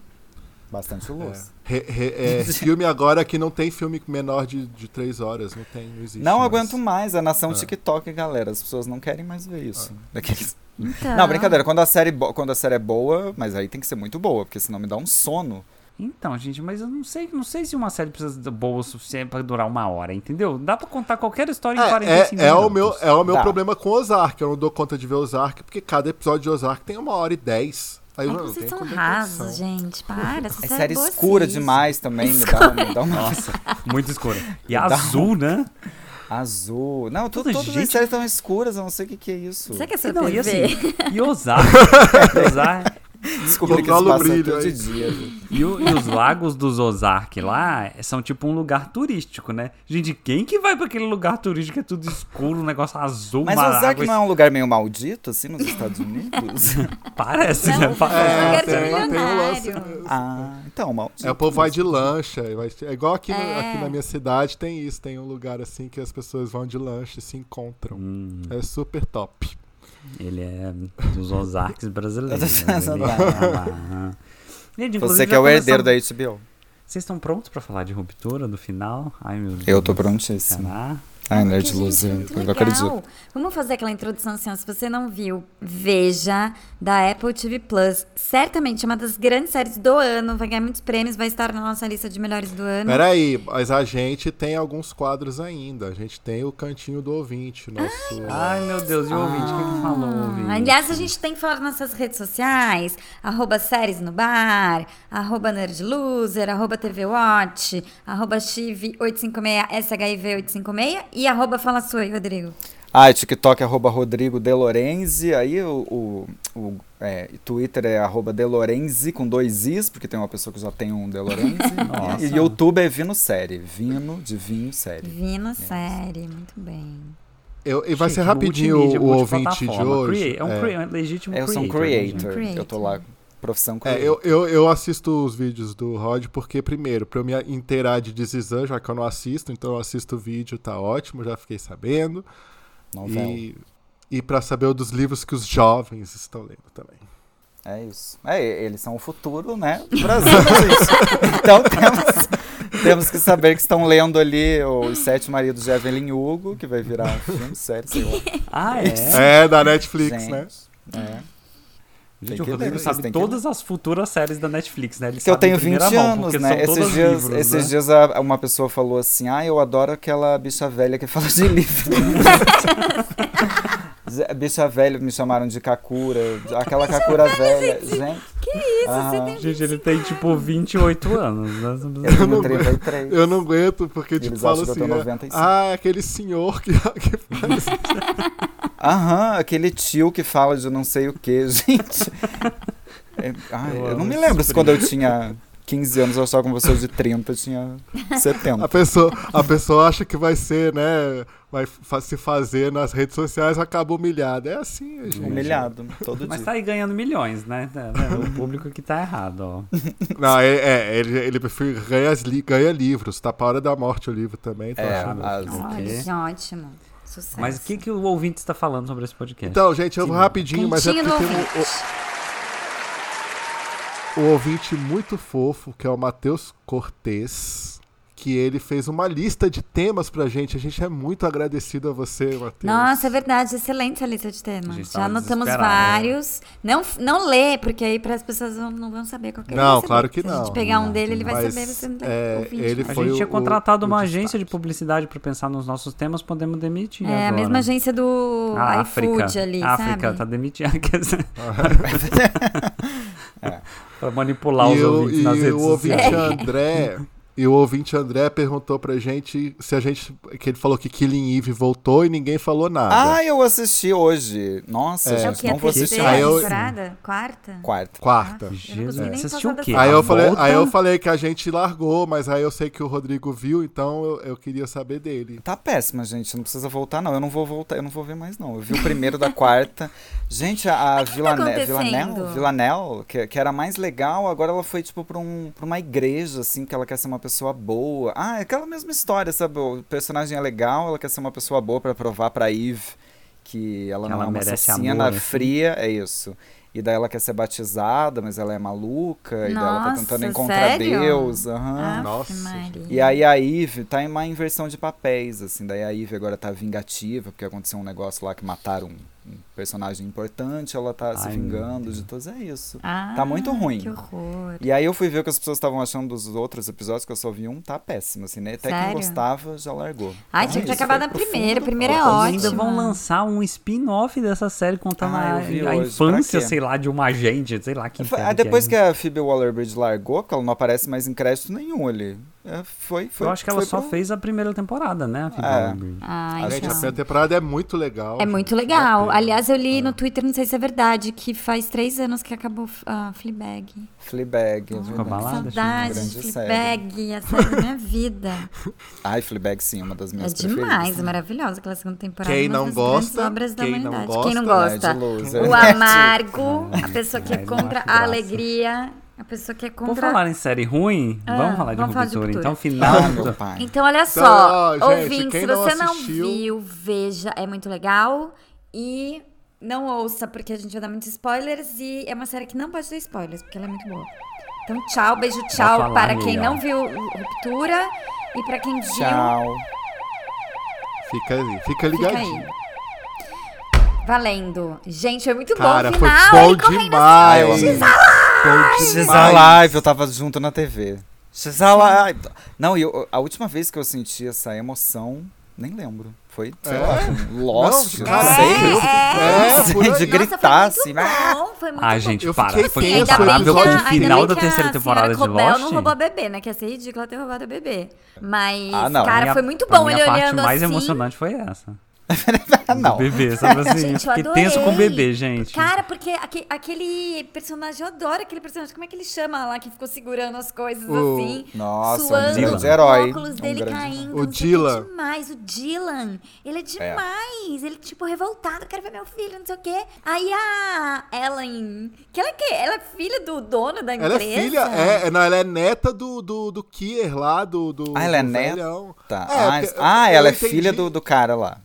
Speaker 4: Bastante
Speaker 3: É,
Speaker 4: luz.
Speaker 1: Re- re- é, filme agora que não tem filme menor de, de três horas, não tem, não existe.
Speaker 4: Não
Speaker 1: mais.
Speaker 4: aguento mais a
Speaker 3: É.
Speaker 4: nação TikTok, galera. As pessoas não querem mais ver isso. Daqueles-
Speaker 2: Então,
Speaker 4: Não, brincadeira. Quando a, série bo- quando a série é boa, mas aí tem que ser muito boa, porque senão me dá um sono.
Speaker 3: Então, gente, mas eu não sei, não sei se uma série precisa de boa o suficiente pra durar uma hora, entendeu? Dá pra contar qualquer história em
Speaker 1: É,
Speaker 3: 45
Speaker 1: é, é
Speaker 3: minutos.
Speaker 1: o meu, é o meu
Speaker 4: Tá.
Speaker 1: problema com Ozark. Eu não dou conta de ver Ozark, porque cada episódio de Ozark tem uma hora e dez. Aí eu
Speaker 2: Ai,
Speaker 1: não
Speaker 2: Então, vocês
Speaker 1: tenho
Speaker 2: são
Speaker 1: condição.
Speaker 2: rasos, gente. Para, essa
Speaker 4: É
Speaker 2: série,
Speaker 4: série
Speaker 2: é boa,
Speaker 4: escura
Speaker 2: sim.
Speaker 4: demais também. Me dá, um, me dá uma
Speaker 3: Nossa, muito escura. E
Speaker 4: Dá um-
Speaker 3: azul, né?
Speaker 4: azul. Não, tu,
Speaker 3: Toda
Speaker 4: todas as
Speaker 3: gente-
Speaker 4: séries estão escuras, eu não sei o que, que é isso.
Speaker 2: Será que é sua
Speaker 3: Não, e
Speaker 2: TV?
Speaker 3: assim, e Ozark, Ozark,
Speaker 2: é
Speaker 4: Descobri que isso
Speaker 1: Controla o
Speaker 4: passa
Speaker 1: brilho
Speaker 4: todo
Speaker 1: aí.
Speaker 4: dia. gente.
Speaker 3: E, o- e os lagos dos Ozark lá são tipo um lugar turístico, né? Gente, quem que vai pra aquele lugar turístico que é tudo escuro, um negócio azul,
Speaker 4: Mas
Speaker 3: uma
Speaker 4: Ozark
Speaker 3: água
Speaker 4: não é um lugar meio maldito, assim, nos Estados Unidos?
Speaker 3: Parece,
Speaker 2: Não,
Speaker 3: né? Parece.
Speaker 2: é,
Speaker 1: É,
Speaker 2: quero ser
Speaker 1: tem- tem um lance
Speaker 2: milionário.
Speaker 4: ah, então, maldito.
Speaker 1: É, o povo vai de lancha. e vai- É igual aqui, no-
Speaker 2: É.
Speaker 1: aqui na minha cidade tem isso. Tem um lugar assim que as pessoas vão de lancha e se encontram.
Speaker 3: Hum,
Speaker 1: É super top.
Speaker 3: ele é dos Ozarks brasileiros.
Speaker 4: Eu tô
Speaker 3: né?
Speaker 4: pensando
Speaker 3: Ele-
Speaker 4: lá.
Speaker 3: Ah, ah. Gente,
Speaker 4: Você
Speaker 3: inclusive,
Speaker 4: que
Speaker 3: já
Speaker 4: é o herdeiro
Speaker 3: começamos-
Speaker 4: da HBO.
Speaker 3: Vocês estão prontos pra falar de ruptura do final? Ai, meu Deus.
Speaker 4: Eu tô prontíssima.
Speaker 3: Será?
Speaker 4: Ai,
Speaker 2: Porque,
Speaker 4: Nerd
Speaker 2: gente,
Speaker 4: Luz,
Speaker 2: é muito
Speaker 4: eu não
Speaker 2: legal.
Speaker 4: acredito.
Speaker 2: Vamos fazer aquela introdução assim, ó, se você não viu, veja, da Apple TV Plus. Certamente é uma das grandes séries do ano, vai ganhar muitos prêmios, vai estar na nossa lista de melhores do ano.
Speaker 1: Peraí, mas a gente tem alguns quadros ainda. A gente tem o Cantinho do Ouvinte. Nosso...
Speaker 3: Ai, meu Deus. E o ouvinte? O que ele falou, ouvinte?
Speaker 2: Ah, Aliás, a gente tem que falar nas nossas redes sociais, arroba séries no bar, arroba nerdloser, arroba tvwatch, arroba chiv856shiv856 e arroba fala sua aí, Rodrigo.
Speaker 4: Ah, e TikTok arroba Rodrigo De Lorenzi, aí o, o, o, é, é, Twitter é arroba Delorenzi com dois Is, porque tem uma pessoa que já tem um Delorenzi.
Speaker 3: Nossa.
Speaker 4: e YouTube é Vino Série. Vino de vinho série.
Speaker 2: Vino série, muito bem.
Speaker 1: Eu- e vai
Speaker 3: Gente,
Speaker 1: ser rapidinho
Speaker 3: multimídia,
Speaker 1: o, o ouvinte de
Speaker 3: multiplataforma.
Speaker 1: hoje.
Speaker 3: Crea- é um, crea- é um legítimo
Speaker 4: Eu sou um
Speaker 3: creator, né,
Speaker 4: creator.
Speaker 2: gente?
Speaker 4: Eu tô lá, profissão
Speaker 1: É,
Speaker 4: creator.
Speaker 1: eu, eu, eu assisto os vídeos do Rod porque, primeiro, pra eu me inteirar de Desizan, já que eu não assisto, então eu assisto o vídeo, tá ótimo, já fiquei sabendo.
Speaker 4: Novela.
Speaker 1: E, e pra saber o dos livros que os jovens estão lendo também.
Speaker 4: É isso. É, e- eles são o futuro, né? do Brasil é isso. Então temos, temos que saber que estão lendo ali Os Sete Maridos de Evelyn Hugo, que vai virar um filme, série, sei lá.
Speaker 3: gente? Ah, é?
Speaker 1: É, da Netflix,
Speaker 4: Gente,
Speaker 1: né?
Speaker 4: É.
Speaker 3: Gente,
Speaker 4: Tem
Speaker 3: o
Speaker 4: que
Speaker 3: Rodrigo
Speaker 4: ler, vocês
Speaker 3: sabe
Speaker 4: têm que
Speaker 3: todas as futuras séries da Netflix, né? Ele
Speaker 4: Que eu
Speaker 3: sabe em
Speaker 4: tenho
Speaker 3: primeira
Speaker 4: 20
Speaker 3: mão,
Speaker 4: anos,
Speaker 3: porque
Speaker 4: né?
Speaker 3: são todos
Speaker 4: Esses dias,
Speaker 3: livros,
Speaker 4: esses
Speaker 3: né?
Speaker 4: dias a- uma pessoa falou assim: Ah, eu adoro aquela bicha velha que fala de livro. bicha velha, me chamaram de Kakura, aquela Kakura velha. Gente,
Speaker 2: Que isso, você
Speaker 4: Aham.
Speaker 2: tem
Speaker 3: Gente, ele tem tipo 28 anos, né?
Speaker 4: eu
Speaker 1: não
Speaker 4: tenho 33.
Speaker 1: Eu não aguento, porque, tipo,
Speaker 4: Eles
Speaker 1: falo
Speaker 4: acham que eu
Speaker 1: assim.
Speaker 4: tenho
Speaker 1: é,
Speaker 4: 95.
Speaker 1: ah, é aquele senhor que, que faz.
Speaker 4: Aham, aquele tio que fala de não sei o que, gente. É, ai,
Speaker 3: Eu
Speaker 4: eu,
Speaker 3: amo
Speaker 4: não me
Speaker 3: esse
Speaker 4: lembro
Speaker 3: primo.
Speaker 4: se quando eu tinha 15 anos eu só com pessoas de 30, eu tinha 70.
Speaker 1: A pessoa, a pessoa acha que vai ser, né? Vai fa- se fazer nas redes sociais, acaba humilhada. É assim, gente.
Speaker 4: Humilhado, todo
Speaker 3: Mas
Speaker 4: dia.
Speaker 3: tá aí ganhando milhões, né? Tá vendo? O público que tá errado, ó.
Speaker 1: Não, é, é, ele, ele prefere- ganha, as li- ganha livros, tá pra hora da morte o livro também. Então,
Speaker 4: É,
Speaker 1: acho bom.
Speaker 4: as-
Speaker 2: Olha,
Speaker 3: Ok.
Speaker 2: que ótimo. Sucesso.
Speaker 3: Mas o que, que o ouvinte está falando sobre esse podcast?
Speaker 1: então gente, eu vou
Speaker 3: Sim.
Speaker 1: rapidinho, mas é
Speaker 2: Cantinho do
Speaker 1: porque tem um-
Speaker 2: ouvinte.
Speaker 1: o, o um ouvinte muito fofo, que é o Matheus Cortez, que ele fez uma lista de temas pra gente. A gente é muito agradecido a você, Matheus.
Speaker 2: Nossa, é verdade, excelente a lista de
Speaker 3: A
Speaker 2: temas.
Speaker 3: gente
Speaker 2: Já
Speaker 3: tava
Speaker 2: anotamos
Speaker 3: desesperado, né?
Speaker 2: vários. Não, não lê, porque aí para as pessoas vão- não vão saber qual que ele
Speaker 1: Não,
Speaker 2: vai saber.
Speaker 1: claro que
Speaker 2: Se a
Speaker 1: não,
Speaker 2: gente pegar um
Speaker 3: não,
Speaker 2: dele, ele vai
Speaker 1: mas,
Speaker 2: saber, você não tem
Speaker 1: é,
Speaker 2: ouvinte,
Speaker 1: ele
Speaker 2: né?
Speaker 3: A
Speaker 1: foi
Speaker 3: gente
Speaker 1: o-
Speaker 3: tinha contratado
Speaker 1: o
Speaker 3: uma
Speaker 1: destaque.
Speaker 3: agência de publicidade para pensar nos nossos temas, podemos demitir
Speaker 2: É, a
Speaker 3: agora.
Speaker 2: mesma agência do
Speaker 3: A
Speaker 2: iFood
Speaker 3: Ah, África,
Speaker 2: ali,
Speaker 3: a África
Speaker 2: sabe?
Speaker 3: tá demitindo. quer dizer,
Speaker 4: É.
Speaker 3: Pra manipular os
Speaker 1: e o,
Speaker 3: ouvintes nas
Speaker 1: e
Speaker 3: redes
Speaker 1: o ouvinte
Speaker 3: sociais.
Speaker 1: André. E o ouvinte André perguntou pra gente se a gente. que ele falou que Killing Eve voltou e ninguém falou nada.
Speaker 4: Ah, eu assisti hoje. Nossa,
Speaker 2: É o
Speaker 4: gente,
Speaker 2: que? A
Speaker 4: não vou assistir
Speaker 2: terceira
Speaker 1: Aí eu-
Speaker 2: temporada? Quarta?
Speaker 4: quarta.
Speaker 1: Quarta.
Speaker 2: Eu não consegui
Speaker 3: Jesus,
Speaker 2: nem
Speaker 3: você assistiu
Speaker 2: passar
Speaker 3: o
Speaker 2: da
Speaker 3: quê?
Speaker 2: sala.
Speaker 1: Aí
Speaker 3: A
Speaker 1: eu, falei,
Speaker 3: volta?
Speaker 1: aí eu falei que a gente largou, mas aí eu sei que o Rodrigo viu, então eu, eu queria saber dele.
Speaker 4: Tá péssima, gente. Não precisa voltar, não. Eu não vou voltar, eu não vou ver mais, não. Eu vi o primeiro da quarta. Gente, a, a Vila Ne- Vila Nel,
Speaker 2: tá acontecendo?
Speaker 4: Vila Nel, que, que era mais legal, agora ela foi, tipo, pra, um, pra uma igreja, assim, que ela quer ser uma pessoa boa. Ah, é aquela mesma história, sabe? O personagem é legal, ela quer ser uma pessoa boa pra provar pra Eve que ela,
Speaker 3: Que
Speaker 4: não
Speaker 3: ela
Speaker 4: é uma
Speaker 3: merece
Speaker 4: assassina
Speaker 3: amor, assim.
Speaker 4: fria, é isso. E daí ela quer ser batizada, mas ela é maluca, e daí ela tá
Speaker 2: Nossa,
Speaker 4: tentando encontrar
Speaker 2: sério? Ah,
Speaker 4: Deus. Aham.
Speaker 2: Ave
Speaker 1: Nossa,
Speaker 2: Maria.
Speaker 4: E aí a Eve tá em uma inversão de papéis, assim. Daí a Eve agora tá vingativa, porque aconteceu um negócio lá que mataram um, um personagem importante, ela tá se
Speaker 3: Ai,
Speaker 4: vingando de todos. É isso.
Speaker 2: Ah,
Speaker 4: tá muito ruim.
Speaker 2: Que horror.
Speaker 4: E aí eu fui ver o que as pessoas estavam achando dos outros episódios, que eu só vi um, tá péssimo, assim, né? Até
Speaker 2: Sério?
Speaker 4: quem gostava já largou.
Speaker 2: Ai, tinha
Speaker 4: Então é
Speaker 2: que ter
Speaker 4: isso,
Speaker 2: acabado
Speaker 4: foi
Speaker 2: na
Speaker 4: profundo.
Speaker 2: primeira. A primeira é
Speaker 4: Ela tá
Speaker 3: Ainda
Speaker 2: ótima.
Speaker 3: vão lançar um spin-off dessa série contando
Speaker 4: Ah,
Speaker 3: a,
Speaker 4: eu vi
Speaker 3: a
Speaker 4: hoje,
Speaker 3: infância,
Speaker 4: pra quê?
Speaker 3: sei lá, de uma agente, sei lá que
Speaker 4: Foi-
Speaker 3: inferno
Speaker 4: ah, depois
Speaker 3: é.
Speaker 4: que a Phoebe Waller-Bridge largou, porque ela não aparece mais em crédito nenhum ali. É, foi, foi.
Speaker 3: Eu acho que ela
Speaker 4: foi
Speaker 3: só
Speaker 4: pro-
Speaker 3: fez a primeira temporada, né? a Phoebe
Speaker 4: É.
Speaker 3: Waller-Bridge?
Speaker 2: Ah,
Speaker 4: A
Speaker 1: gente,
Speaker 2: então.
Speaker 1: a primeira temporada é muito legal.
Speaker 2: É
Speaker 1: gente.
Speaker 2: muito
Speaker 1: Vale
Speaker 2: legal.
Speaker 1: a pena.
Speaker 2: Aliás, eu li no Twitter, não sei se é verdade, que faz três anos que acabou a Fleabag.
Speaker 4: Fleabag.
Speaker 3: Ficou
Speaker 4: é verdade.
Speaker 2: Que
Speaker 3: balada?
Speaker 2: saudade de
Speaker 4: Grande
Speaker 2: Fleabag, a série da minha vida.
Speaker 4: Ai, Fleabag sim, uma das
Speaker 2: É
Speaker 4: minhas preferidas.
Speaker 2: demais, maravilhosa aquela segunda temporada.
Speaker 1: Quem
Speaker 2: uma
Speaker 1: não
Speaker 2: das
Speaker 1: gosta,
Speaker 2: grandes obras da
Speaker 1: quem não
Speaker 2: humanidade.
Speaker 1: gosta, né,
Speaker 2: quem não
Speaker 4: Ah, é de
Speaker 2: gosta?
Speaker 4: loser.
Speaker 2: O amargo, a pessoa que é
Speaker 3: Mas
Speaker 2: contra
Speaker 3: não acho
Speaker 2: a
Speaker 3: graça.
Speaker 2: alegria, a pessoa que é
Speaker 3: Por
Speaker 2: contra
Speaker 3: falar em série ruim,
Speaker 2: Ah,
Speaker 3: vamos falar de
Speaker 2: vamos falar de
Speaker 3: Ruptura.
Speaker 2: Ruptura.
Speaker 3: Então, final.
Speaker 4: Ah, meu pai.
Speaker 2: Então, olha
Speaker 1: Então,
Speaker 2: só,
Speaker 1: ó, gente,
Speaker 2: ouvintes,
Speaker 1: quem
Speaker 2: se
Speaker 1: não
Speaker 2: você não
Speaker 1: assistiu-
Speaker 2: viu, veja, é muito legal. E não ouça, porque a gente vai dar muitos spoilers. E é uma série que não pode ter spoilers, porque ela é muito boa. Então, tchau, beijo, tchau
Speaker 3: falar,
Speaker 2: para quem
Speaker 3: amiga.
Speaker 2: não viu o Ruptura. E para quem viu,
Speaker 4: Tchau.
Speaker 1: Fica, aí, fica
Speaker 2: fica
Speaker 1: ligadinho.
Speaker 2: aí. Valendo. Gente, foi muito
Speaker 1: Cara,
Speaker 2: bom o
Speaker 1: foi
Speaker 2: final.
Speaker 1: bom
Speaker 2: ele correndo assim.
Speaker 4: Ah, eu
Speaker 1: demais.
Speaker 4: amei.
Speaker 1: Bom
Speaker 4: She's
Speaker 1: demais.
Speaker 4: Alive, eu tava junto na TV. She's Alive. Não, e eu, a última vez que eu senti essa emoção, nem lembro. Foi, sei
Speaker 1: É?
Speaker 4: lá, com Lost,
Speaker 1: Não,
Speaker 4: não,
Speaker 1: cara,
Speaker 4: sei.
Speaker 1: É, por aí.
Speaker 4: de
Speaker 2: Nossa,
Speaker 4: gritar,
Speaker 2: foi
Speaker 4: assim,
Speaker 2: muito
Speaker 4: ah.
Speaker 2: bom, foi muito
Speaker 3: Ah,
Speaker 2: bom.
Speaker 3: gente,
Speaker 1: Eu
Speaker 3: para.
Speaker 1: fiquei
Speaker 3: Foi
Speaker 1: tenso,
Speaker 3: comparável
Speaker 1: ainda
Speaker 3: com
Speaker 1: bem
Speaker 3: o
Speaker 1: que a- ainda
Speaker 3: final
Speaker 1: bem
Speaker 3: da
Speaker 2: que
Speaker 3: terceira
Speaker 2: a
Speaker 3: temporada de
Speaker 2: senhora Cobel não roubou
Speaker 3: Lost.
Speaker 2: bebê, né? Que ia ser ridícula ter roubado o bebê. Mas,
Speaker 4: Ah, não.
Speaker 2: cara,
Speaker 3: Minha-
Speaker 2: foi muito
Speaker 3: pra
Speaker 2: bom
Speaker 3: mim,
Speaker 2: ele
Speaker 3: a parte
Speaker 2: olhando
Speaker 3: mais
Speaker 2: assim.
Speaker 3: emocionante foi essa.
Speaker 4: não.
Speaker 3: Bebê, sabe assim?
Speaker 2: Gente, eu
Speaker 3: Fiquei
Speaker 2: adorei.
Speaker 3: tenso com o bebê, gente.
Speaker 2: Cara, porque aque- aquele personagem, eu adoro aquele personagem. Como é que ele chama lá, que ficou segurando as coisas
Speaker 1: O-
Speaker 2: assim?
Speaker 4: Nossa, um
Speaker 2: suando,
Speaker 3: grande
Speaker 4: herói.
Speaker 2: O óculos
Speaker 4: Um
Speaker 2: dele
Speaker 4: grande-
Speaker 2: caindo.
Speaker 1: O
Speaker 2: não sei
Speaker 1: Dylan.
Speaker 2: O que demais, o Dylan. Ele é demais. Ele, tipo, revoltado. Eu quero ver meu filho, não sei o quê. Aí a Ellen, que ela é que Ela é filha do dono da empresa?
Speaker 1: Ela é filha, é, é, não, ela é neta do, do, do Kier lá, do, do.
Speaker 4: Ah, ela é
Speaker 1: do
Speaker 4: neta.
Speaker 1: velhão.
Speaker 4: ah,
Speaker 1: porque-
Speaker 4: ah,
Speaker 1: eu
Speaker 4: ela é
Speaker 1: entendi-
Speaker 4: filha do, do cara lá.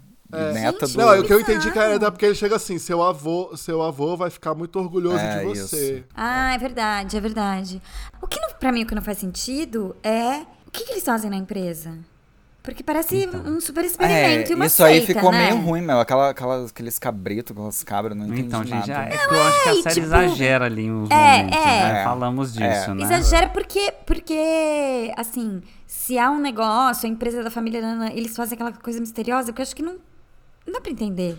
Speaker 4: Neta
Speaker 2: Gente,
Speaker 4: do.
Speaker 1: Não, é o que eu entendi que ela é
Speaker 2: Bizarro.
Speaker 1: neta porque ele chega assim: seu avô, seu avô vai ficar muito orgulhoso
Speaker 4: É,
Speaker 1: de você.
Speaker 2: Ah, é verdade, é verdade. O que não, pra mim o que não faz sentido é o que, que eles fazem na empresa? Porque parece um super
Speaker 4: É,
Speaker 2: experimento e uma
Speaker 4: isso aí
Speaker 2: seita,
Speaker 4: ficou
Speaker 2: né?
Speaker 4: meio ruim, meu. Aquela, aquelas, aqueles cabritos, aquelas cabras, não entendi
Speaker 3: Então, gente,
Speaker 4: nada.
Speaker 3: é que eu acho que a
Speaker 2: é,
Speaker 3: série
Speaker 2: tipo-
Speaker 3: exagera ali uns
Speaker 2: É,
Speaker 3: momentos,
Speaker 2: é.
Speaker 3: né? Falamos disso,
Speaker 4: É.
Speaker 3: né?
Speaker 2: Exagera porque, porque, assim, se há um negócio, a empresa da família Nana, eles fazem aquela coisa misteriosa, porque eu acho que não, não dá pra entender.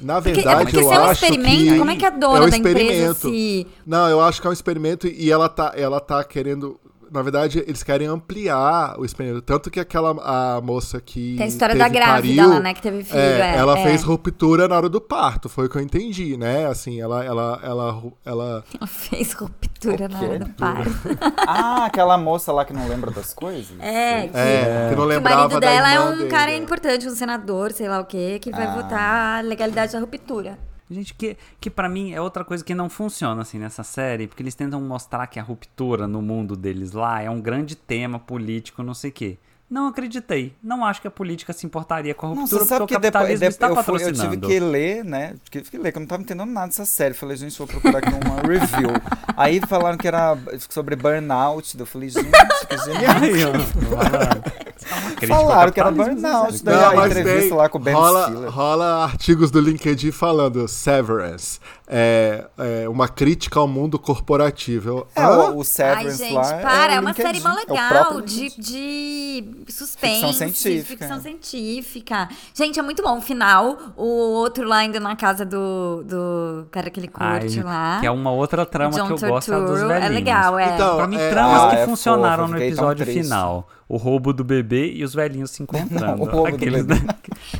Speaker 1: Na
Speaker 2: Porque,
Speaker 1: verdade,
Speaker 2: é porque
Speaker 1: eu
Speaker 2: se é um
Speaker 1: acho
Speaker 2: experimento,
Speaker 1: que
Speaker 2: como é que a
Speaker 1: é
Speaker 2: dona
Speaker 1: um
Speaker 2: da empresa
Speaker 1: experimento.
Speaker 2: se...
Speaker 1: Não, eu acho que é um experimento e ela tá, ela tá querendo. Na verdade, eles querem ampliar o experimento. Tanto que aquela a moça que.
Speaker 2: Tem a história
Speaker 1: teve
Speaker 2: da grávida
Speaker 1: pariu,
Speaker 2: lá, né, que teve filho,
Speaker 1: é,
Speaker 2: é,
Speaker 1: ela
Speaker 2: é.
Speaker 1: fez ruptura na hora do parto, foi o que eu entendi, né? Assim, ela. Ela, ela, ela
Speaker 2: Ela fez ruptura na
Speaker 4: O quê?
Speaker 2: hora do parto.
Speaker 4: Ah, aquela moça lá que não lembra das coisas?
Speaker 2: É, que,
Speaker 1: é, que não
Speaker 2: que o
Speaker 1: lembrava da
Speaker 2: marido dela é
Speaker 1: irmã
Speaker 2: um
Speaker 1: dele.
Speaker 2: cara importante, um senador, sei lá o quê, que vai
Speaker 4: Ah.
Speaker 2: votar a legalidade da ruptura.
Speaker 3: Gente, que, que para mim é outra coisa que não funciona assim nessa série, porque eles tentam mostrar que a ruptura no mundo deles lá é um grande tema político, não sei o quê. Não acreditei. Não acho que a política se importaria com a
Speaker 4: Não,
Speaker 3: ruptura,
Speaker 4: você sabe
Speaker 3: porque
Speaker 4: que
Speaker 3: o
Speaker 4: depois,
Speaker 3: capitalismo
Speaker 4: depois
Speaker 3: está
Speaker 4: eu, fui- eu
Speaker 3: patrocinando.
Speaker 4: tive que ler, né? Tive que ler, que eu não tava entendendo nada dessa série. Falei, gente, vou procurar aqui uma review. Aí falaram que era sobre burnout. daí Eu falei, gente, que genial.
Speaker 3: Aí, ó, é uma crítica ao
Speaker 4: Falaram que era
Speaker 3: capitalismo, é
Speaker 4: burnout,
Speaker 3: sério.
Speaker 4: daí a entrevista lá com o Ben
Speaker 1: rola,
Speaker 4: Stiller.
Speaker 1: rola artigos do LinkedIn falando Severance, é, é uma crítica ao mundo corporativo. Eu-
Speaker 4: É,
Speaker 1: Hã?
Speaker 4: o, o
Speaker 2: Ai,
Speaker 4: Severance
Speaker 2: gente,
Speaker 4: lá.
Speaker 2: para, é,
Speaker 4: o
Speaker 2: uma
Speaker 4: LinkedIn,
Speaker 2: série mó
Speaker 4: é o
Speaker 2: legal
Speaker 4: próprio
Speaker 2: de,
Speaker 4: LinkedIn.
Speaker 2: de suspense,
Speaker 4: Ficção científica,
Speaker 2: ficção
Speaker 4: é.
Speaker 2: científica. Gente, é muito bom. O final, o outro lá ainda na casa do, do cara que ele curte
Speaker 3: Ai,
Speaker 2: lá.
Speaker 3: Que é uma outra trama
Speaker 2: John
Speaker 3: que eu gosto é a dos
Speaker 2: Turturro.
Speaker 3: velhinhos.
Speaker 2: É legal, é.
Speaker 1: Então,
Speaker 3: Pra mim,
Speaker 1: É,
Speaker 3: tramas
Speaker 4: ah,
Speaker 3: que
Speaker 4: é fofo,
Speaker 3: funcionaram no
Speaker 4: fiquei tão
Speaker 3: episódio
Speaker 4: triste.
Speaker 3: final. O roubo do bebê e os velhinhos se encontrando.
Speaker 4: Não, o roubo do
Speaker 3: Aqueles,
Speaker 4: bebê.
Speaker 3: né?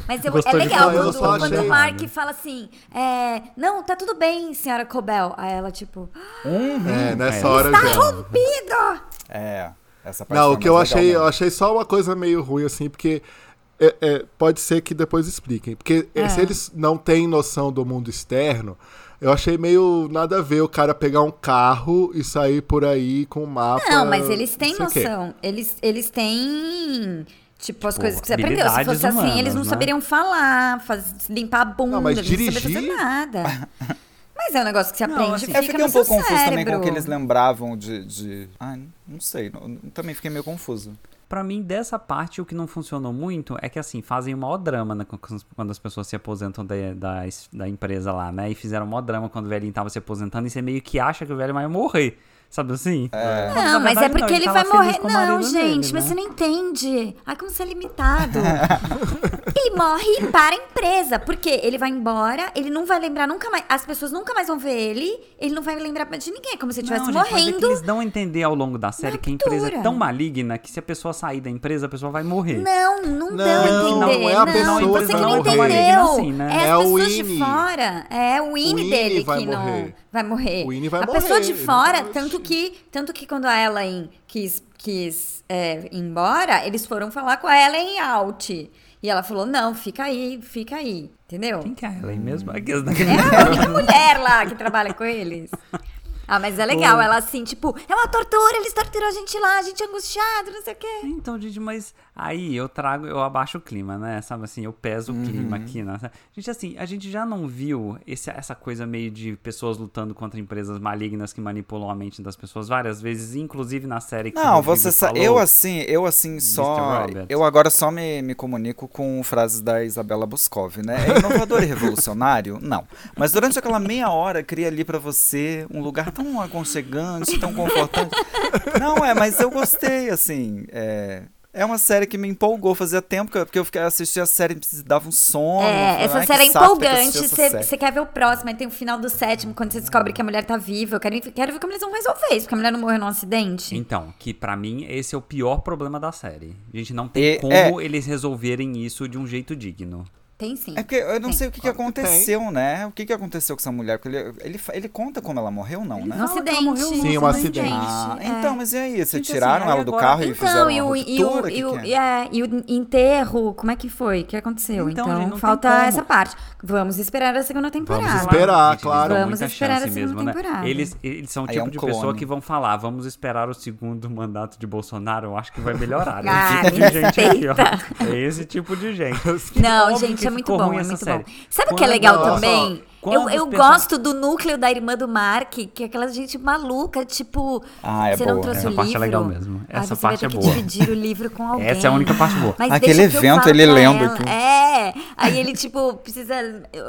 Speaker 2: Mas eu- é
Speaker 3: Gostou de
Speaker 2: legal
Speaker 1: falar, eu
Speaker 2: quando,
Speaker 1: só achei-
Speaker 2: quando o Mark fala assim: é, Não, tá tudo bem, senhora Cobel. Aí ela, tipo,
Speaker 1: É, nessa
Speaker 3: é.
Speaker 1: hora
Speaker 2: tá
Speaker 1: já.
Speaker 2: rompido!
Speaker 4: É, essa parte
Speaker 1: Não,
Speaker 4: foi
Speaker 1: o que eu
Speaker 4: mais legal
Speaker 1: achei, eu
Speaker 4: mesmo.
Speaker 1: achei só uma coisa meio ruim, assim, porque é- é, pode ser que depois expliquem. Porque é, se eles não têm noção do mundo externo, eu achei meio nada a ver o cara pegar um carro e sair por aí com o mapa.
Speaker 2: Não, mas eles têm
Speaker 1: não sei Ah, é o quê.
Speaker 2: noção. Eles, eles têm. Tipo, as coisas que você aprendeu. Se
Speaker 3: habilidades
Speaker 2: fosse assim,
Speaker 3: humanas,
Speaker 2: eles não
Speaker 3: né?
Speaker 2: saberiam falar, faz- limpar a bunda,
Speaker 1: Não, mas
Speaker 2: eles não
Speaker 1: dirigir?
Speaker 2: saberiam fazer nada. Mas é um negócio que você
Speaker 3: Não,
Speaker 2: aprende
Speaker 3: assim,
Speaker 2: e fica
Speaker 4: Eu fiquei
Speaker 2: no
Speaker 4: um pouco
Speaker 2: seu
Speaker 4: confuso também com o que
Speaker 2: cérebro.
Speaker 4: eles lembravam de. de... Ah, não sei. não- também fiquei meio confuso.
Speaker 3: Pra mim, dessa parte, o que não funcionou muito é que, assim, fazem o maior drama né, quando- quando as pessoas se aposentam da, da, da empresa lá, né? E fizeram o maior drama quando o velhinho tava se aposentando e você meio que acha que o velho vai morrer, sabe assim? É.
Speaker 2: Não, mas é porque ele, vai morrer. Não, gente, mas você
Speaker 3: né?
Speaker 2: não entende. Ai, como você é limitado. ele morre para a empresa. Porque ele vai embora, ele não vai lembrar nunca mais. As pessoas nunca mais vão ver ele, ele não vai lembrar de ninguém. É como se ele estivesse
Speaker 3: Não, gente, mas é que
Speaker 2: morrendo.
Speaker 3: eles dão a entender ao longo da série
Speaker 2: Na
Speaker 3: que a empresa é
Speaker 2: pintura.
Speaker 3: tão maligna que se a pessoa sair da empresa, a pessoa vai morrer.
Speaker 2: Não, não,
Speaker 1: Não,
Speaker 2: dão a entender.
Speaker 1: não é a pessoa que
Speaker 2: você que
Speaker 1: vai
Speaker 2: não
Speaker 1: morrer.
Speaker 2: entendeu.
Speaker 3: Assim, né?
Speaker 2: É as
Speaker 1: É o
Speaker 2: pessoas de
Speaker 1: Winnie.
Speaker 2: fora. É o Winnie,
Speaker 1: O Winnie
Speaker 2: dele
Speaker 1: vai
Speaker 2: que não
Speaker 1: morrer.
Speaker 2: vai morrer.
Speaker 1: O Winnie vai
Speaker 2: a
Speaker 1: morrer,
Speaker 2: pessoa de
Speaker 1: ele
Speaker 2: fora,
Speaker 1: não vai
Speaker 2: tanto que, tanto que quando a Ellen quis, quis é, ir embora, eles foram falar com a Ellen out. E ela falou: não, fica aí, fica aí. Entendeu?
Speaker 3: Quem que é ela aí mesmo?
Speaker 2: É a única mulher lá que trabalha com eles. Ah, mas é legal, ela assim, tipo, é uma tortura, eles torturam a gente lá, a gente é angustiado, não sei o quê.
Speaker 3: Então, gente, mas aí eu trago, eu abaixo o clima, né? Sabe assim, eu peso
Speaker 4: Uhum.
Speaker 3: o clima aqui. Né? Gente, assim, a gente já não viu esse- essa coisa meio de pessoas lutando contra empresas malignas que manipulam a mente das pessoas várias vezes, inclusive na série que
Speaker 4: Não,
Speaker 3: o Rodrigo
Speaker 4: você sa...
Speaker 3: falou.
Speaker 4: eu assim, eu assim só,
Speaker 3: Robert.
Speaker 4: eu agora só me, me comunico com frases da Isabela Boscov, né? É inovador e revolucionário? Não. Mas durante aquela meia hora cria ali pra você um lugar tão aconchegante, tão confortante. Não é, mas eu gostei assim, é é uma série que me empolgou, fazia tempo que eu, porque eu fiquei assistia a série e dava um sono. eu
Speaker 2: É,
Speaker 4: falei,
Speaker 2: essa
Speaker 4: "Ai, que
Speaker 2: série é
Speaker 4: saco ter que assistir
Speaker 2: empolgante.
Speaker 4: essa série."
Speaker 2: Você quer ver o próximo, aí tem o final do sétimo, quando você descobre que a mulher tá viva. Eu quero, quero ver como eles vão resolver isso, porque a mulher não morreu num acidente.
Speaker 3: Então, que pra mim esse é o pior problema da série. A gente não tem
Speaker 4: E-
Speaker 3: como
Speaker 4: é.
Speaker 3: eles resolverem isso de um jeito digno.
Speaker 2: Tem sim.
Speaker 4: É porque eu não
Speaker 2: Tem.
Speaker 4: sei o que, que
Speaker 1: Claro que
Speaker 4: aconteceu, né? O que, que aconteceu com essa mulher? Porque ele, ele, fa- ele conta como ela morreu, não, né?
Speaker 2: Um acidente. é.
Speaker 1: Sim, um acidente.
Speaker 4: Ah, então, mas e aí? Vocês
Speaker 3: Gente, assim,
Speaker 4: tiraram
Speaker 3: aí
Speaker 4: ela do
Speaker 3: agora-
Speaker 4: carro e
Speaker 2: Então,
Speaker 4: fizeram
Speaker 2: e
Speaker 4: uma
Speaker 2: o, e, o,
Speaker 4: ruptura? Que
Speaker 2: e, o,
Speaker 4: que é?
Speaker 2: e, é, e o enterro, como é que foi? O que aconteceu?
Speaker 3: Então,
Speaker 2: Então,
Speaker 3: gente, não tem
Speaker 2: falta
Speaker 3: como.
Speaker 2: essa parte. Vamos esperar a segunda temporada.
Speaker 1: Vamos esperar,
Speaker 3: Gente, eles
Speaker 1: claro.
Speaker 3: dão
Speaker 2: Vamos
Speaker 3: muita
Speaker 2: esperar
Speaker 3: chance né?
Speaker 2: a segunda temporada.
Speaker 3: Eles, eles são o
Speaker 4: Aí
Speaker 3: tipo
Speaker 4: é um
Speaker 3: de
Speaker 4: clone.
Speaker 3: pessoa que vão falar, vamos esperar o segundo mandato de Bolsonaro, eu acho que vai melhorar.
Speaker 2: Ah,
Speaker 3: esse tipo
Speaker 2: me
Speaker 3: de gente aqui, ó. É esse tipo de gente.
Speaker 2: Não,
Speaker 3: Óbvio que
Speaker 2: gente, é muito
Speaker 3: ficou
Speaker 2: bom,
Speaker 3: ruim
Speaker 2: é
Speaker 3: essa
Speaker 2: muito
Speaker 3: série.
Speaker 2: bom. Sabe o que é
Speaker 3: Quando-
Speaker 2: legal
Speaker 1: Olha só,
Speaker 2: também?
Speaker 3: quando
Speaker 2: Eu,
Speaker 3: os
Speaker 2: eu
Speaker 3: person-
Speaker 2: gosto do núcleo da irmã do Mark, que é aquela gente maluca, tipo,
Speaker 4: Ah, é
Speaker 2: você não
Speaker 4: boa.
Speaker 2: trouxe
Speaker 3: Essa
Speaker 2: o
Speaker 3: parte é
Speaker 2: livro.
Speaker 3: legal mesmo.
Speaker 2: Ah,
Speaker 3: Essa
Speaker 2: você
Speaker 3: parte é
Speaker 2: vai ter
Speaker 3: boa.
Speaker 2: que dividir o livro com alguém.
Speaker 3: Essa é a única parte boa.
Speaker 2: Mas
Speaker 4: Aquele
Speaker 2: deixa que eu
Speaker 4: evento,
Speaker 2: falo
Speaker 4: ele
Speaker 2: pra
Speaker 4: lembra e
Speaker 2: ela.
Speaker 4: tudo.
Speaker 2: É. Aí ele, tipo, precisa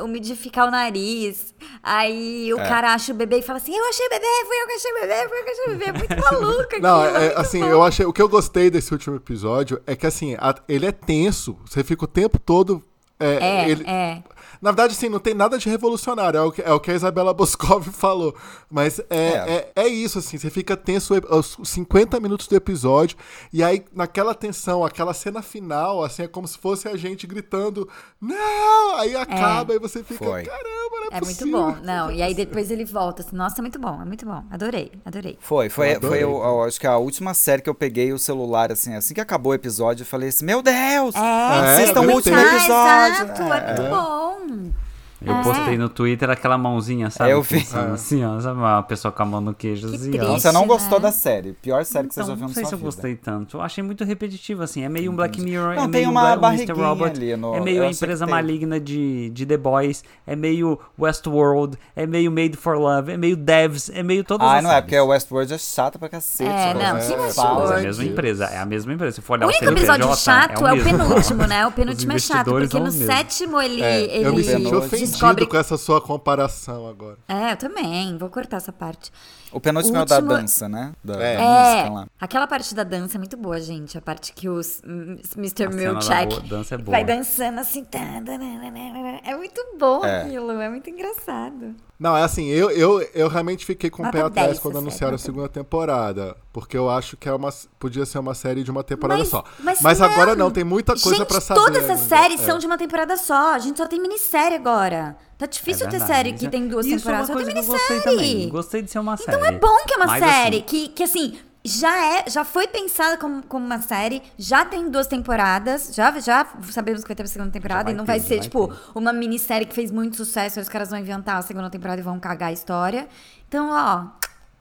Speaker 2: umidificar o nariz. Aí o cara acha o bebê e fala assim: Eu achei o bebê, fui eu que achei o bebê, fui eu que achei o bebê. É muito maluca.
Speaker 1: Não,
Speaker 2: aquilo,
Speaker 1: é,
Speaker 2: muito
Speaker 1: assim,
Speaker 2: bom.
Speaker 1: eu achei. O que eu gostei desse último episódio é que, assim, a- ele é tenso. Você fica o tempo todo. É,
Speaker 2: É,
Speaker 1: ele-
Speaker 2: é.
Speaker 1: Na verdade, assim, não tem nada de revolucionário. É o que, é o que a Isabela Boscov falou. Mas é, é.
Speaker 4: É.
Speaker 1: é isso, assim. Você fica tenso os 50 minutos do episódio. E aí, naquela tensão, aquela cena final, assim, é como se fosse a gente gritando: Não! Aí acaba e você fica:
Speaker 4: Foi.
Speaker 1: Caramba, não é,
Speaker 2: É muito
Speaker 1: possível."
Speaker 2: bom. Não, e aí depois ele volta. Assim, Nossa, é muito bom, é muito bom. Adorei, adorei.
Speaker 4: Foi, foi,
Speaker 1: Eu
Speaker 4: foi
Speaker 1: adorei.
Speaker 4: eu, eu acho que é a última série que eu peguei o celular, assim, assim que acabou o episódio, eu falei assim, meu Deus,
Speaker 1: É,
Speaker 4: assistam
Speaker 1: eu
Speaker 4: o último
Speaker 1: gostei.
Speaker 4: episódio.
Speaker 2: Exato, é, muito bom. Ah.
Speaker 3: Eu postei no Twitter aquela mãozinha, sabe?
Speaker 4: É, eu vi.
Speaker 3: Assim,
Speaker 1: Ah.
Speaker 3: Assim, ó, sabe? Uma pessoa com a mão no queijo.
Speaker 2: Que
Speaker 3: assim, ó.
Speaker 2: triste.
Speaker 4: Então você não
Speaker 2: Isso,
Speaker 4: gostou
Speaker 2: né?
Speaker 4: da série, pior série que você
Speaker 3: Então,
Speaker 4: já viu
Speaker 3: não
Speaker 4: na
Speaker 3: sei
Speaker 4: sua
Speaker 3: se eu
Speaker 4: vida.
Speaker 3: gostei tanto. Eu achei muito repetitivo, assim. É meio um Black Mirror,
Speaker 4: Não,
Speaker 3: é
Speaker 4: tem
Speaker 3: meio
Speaker 4: uma
Speaker 3: um Mr.
Speaker 4: barriguinha
Speaker 3: Robot,
Speaker 4: ali no-
Speaker 3: é meio
Speaker 4: eu
Speaker 3: a
Speaker 4: achei que
Speaker 3: empresa
Speaker 4: tem.
Speaker 3: maligna de, de The Boys, é meio Westworld, é meio Made for Love, é meio Devs, é meio todas
Speaker 4: Ah,
Speaker 3: as
Speaker 4: não é,
Speaker 3: séries.
Speaker 4: porque a Westworld é chata pra cacete.
Speaker 2: É,
Speaker 4: né?
Speaker 2: não, que Westworld.
Speaker 4: Fala,
Speaker 3: É a
Speaker 1: Ai,
Speaker 3: mesma
Speaker 1: Deus.
Speaker 3: empresa, é a mesma empresa. Se for
Speaker 2: O
Speaker 3: olhar
Speaker 2: único
Speaker 3: CNPJ,
Speaker 2: episódio chato é o
Speaker 3: tá. mesmo.
Speaker 2: penúltimo, né? O penúltimo é
Speaker 3: Os
Speaker 2: chato, porque
Speaker 3: investidores
Speaker 2: no
Speaker 3: são os mesmos.
Speaker 2: sétimo ele,
Speaker 1: É, eu me senti
Speaker 2: ele
Speaker 1: ofendido
Speaker 2: descobre.
Speaker 1: com essa sua comparação agora.
Speaker 2: É, eu também, vou cortar essa parte.
Speaker 4: O penúltimo
Speaker 2: O
Speaker 4: é o da
Speaker 2: último-
Speaker 4: dança, né? Da,
Speaker 1: É.
Speaker 4: da
Speaker 2: É,
Speaker 4: música lá.
Speaker 2: aquela parte da dança é muito boa, gente. A parte que o s- m- Mr.
Speaker 3: A cena da boa-
Speaker 2: Milchek
Speaker 3: dança é boa.
Speaker 2: vai dançando assim. tá, tananana. É muito bom
Speaker 4: É.
Speaker 2: aquilo, é muito engraçado.
Speaker 1: Não, é assim, eu, eu, eu realmente fiquei com o pé
Speaker 2: Nota 10
Speaker 1: atrás
Speaker 2: essa
Speaker 1: quando
Speaker 2: série,
Speaker 1: anunciaram a
Speaker 2: nota
Speaker 1: segunda temporada. Porque eu acho que é uma, podia ser uma série de uma temporada
Speaker 2: Mas-
Speaker 1: só.
Speaker 2: mas
Speaker 1: agora
Speaker 2: não.
Speaker 1: não, tem muita coisa
Speaker 2: gente,
Speaker 1: pra saber.
Speaker 2: Todas essas
Speaker 1: ainda.
Speaker 2: séries
Speaker 1: É.
Speaker 2: são de uma temporada só. A gente só tem minissérie agora. Tá difícil
Speaker 3: É
Speaker 2: ter
Speaker 3: verdade.
Speaker 2: série que tem duas
Speaker 3: Isso
Speaker 2: temporadas.
Speaker 3: É uma
Speaker 2: só
Speaker 3: coisa que
Speaker 2: tem
Speaker 3: eu gostei
Speaker 2: minissérie.
Speaker 3: também. Gostei de ser uma série.
Speaker 2: Então é bom que é uma
Speaker 3: Mas,
Speaker 2: série,
Speaker 3: assim,
Speaker 2: que, que assim, já é, já foi pensada como, como uma série, já tem duas temporadas, já, já sabemos que vai ter a segunda temporada,
Speaker 3: vai
Speaker 2: e não
Speaker 3: ter,
Speaker 2: vai
Speaker 3: já
Speaker 2: ser,
Speaker 3: vai
Speaker 2: tipo,
Speaker 3: ter.
Speaker 2: uma minissérie que fez muito sucesso, aí os caras vão inventar a segunda temporada e vão cagar a história. Então, ó,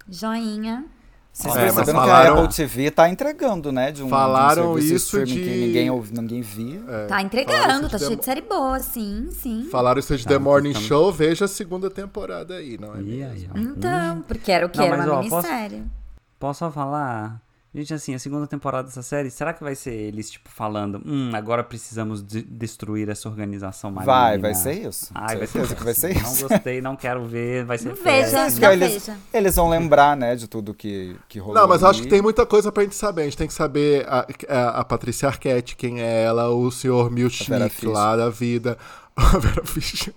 Speaker 2: joinha.
Speaker 4: Vocês
Speaker 1: É, mas
Speaker 4: perceberam
Speaker 1: falaram-
Speaker 4: que a Apple TV tá entregando, né? De um, de um
Speaker 1: Falaram
Speaker 4: serviço
Speaker 1: isso
Speaker 4: streaming
Speaker 1: de-
Speaker 4: que ninguém, ouvi- ninguém
Speaker 3: É,
Speaker 4: via.
Speaker 2: tá
Speaker 1: falaram
Speaker 2: entregando,
Speaker 1: isso
Speaker 2: tá
Speaker 1: de
Speaker 2: cheio
Speaker 1: demo-
Speaker 2: de série boa, sim, sim.
Speaker 1: Falaram isso de The
Speaker 3: Não,
Speaker 1: Morning
Speaker 3: então-
Speaker 1: Show, veja a segunda temporada aí, não é?
Speaker 3: assim, e
Speaker 1: mesmo?
Speaker 3: aí, ó.
Speaker 2: Então, porque era o que?
Speaker 3: Hum. Não,
Speaker 2: Era
Speaker 3: mas,
Speaker 2: uma
Speaker 3: ó, posso-
Speaker 2: minissérie.
Speaker 3: Posso só falar? Gente, assim, a segunda temporada dessa série, será que vai ser eles, tipo, falando, hum, agora precisamos de- destruir essa organização maligna?
Speaker 4: Vai, vai ser isso.
Speaker 3: Ai, vai ser,
Speaker 4: Certeza que vai ser
Speaker 3: péssimo.
Speaker 4: isso.
Speaker 3: Não gostei, não quero ver, vai ser
Speaker 2: Não
Speaker 3: péssimo.
Speaker 2: vejo.
Speaker 4: Acho que
Speaker 2: Não
Speaker 4: eles,
Speaker 2: veja.
Speaker 4: eles vão lembrar, né, de tudo que, que rolou.
Speaker 1: Não, mas eu acho
Speaker 4: ali.
Speaker 1: que tem muita coisa pra gente saber. A gente tem que saber a, a, a Patrícia Arquette, quem é ela, o senhor
Speaker 4: Vera
Speaker 1: Milchnick
Speaker 4: Fischer.
Speaker 1: lá da vida. A Vera Fischer.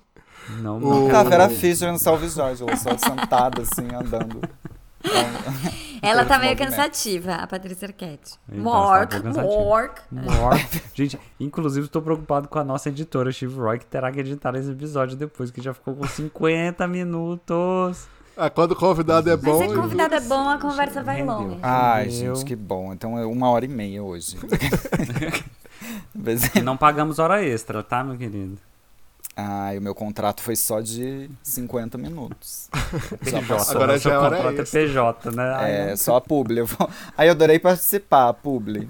Speaker 3: Não,
Speaker 1: O-
Speaker 3: não
Speaker 4: Tá a
Speaker 3: quero
Speaker 4: Vera
Speaker 3: ver.
Speaker 4: Fischer no Salve Jorge, ela só sentada, assim, andando.
Speaker 2: Ela tá
Speaker 4: Todo
Speaker 2: meio
Speaker 4: movimento.
Speaker 2: cansativa, a Patrícia Arquette.
Speaker 3: Então,
Speaker 2: Mork,
Speaker 3: você tá um pouco cansativa.
Speaker 2: mork.
Speaker 3: Mor- Gente, inclusive estou preocupado com a nossa editora, Steve Roy, que terá que editar esse episódio depois, que já ficou com 50 minutos.
Speaker 1: Ah, quando o convidado é
Speaker 2: Mas
Speaker 1: bom.
Speaker 2: se o convidado é
Speaker 1: ele-
Speaker 2: bom, a conversa vai
Speaker 3: Rendeu.
Speaker 2: longe.
Speaker 4: Ai,
Speaker 3: Meu.
Speaker 4: gente, que bom. Então é uma hora e meia hoje. Mas-
Speaker 3: E não pagamos hora extra, tá, meu querido?
Speaker 4: Ai, o meu contrato foi só de 50 minutos. Só
Speaker 3: PJ.
Speaker 1: Agora
Speaker 3: né?
Speaker 1: já
Speaker 3: Seu
Speaker 1: é hora
Speaker 3: contrato é
Speaker 1: extra.
Speaker 3: PJ, né? Ai,
Speaker 4: É,
Speaker 3: não.
Speaker 4: só a publi. Eu vou- Aí eu adorei participar, a publi.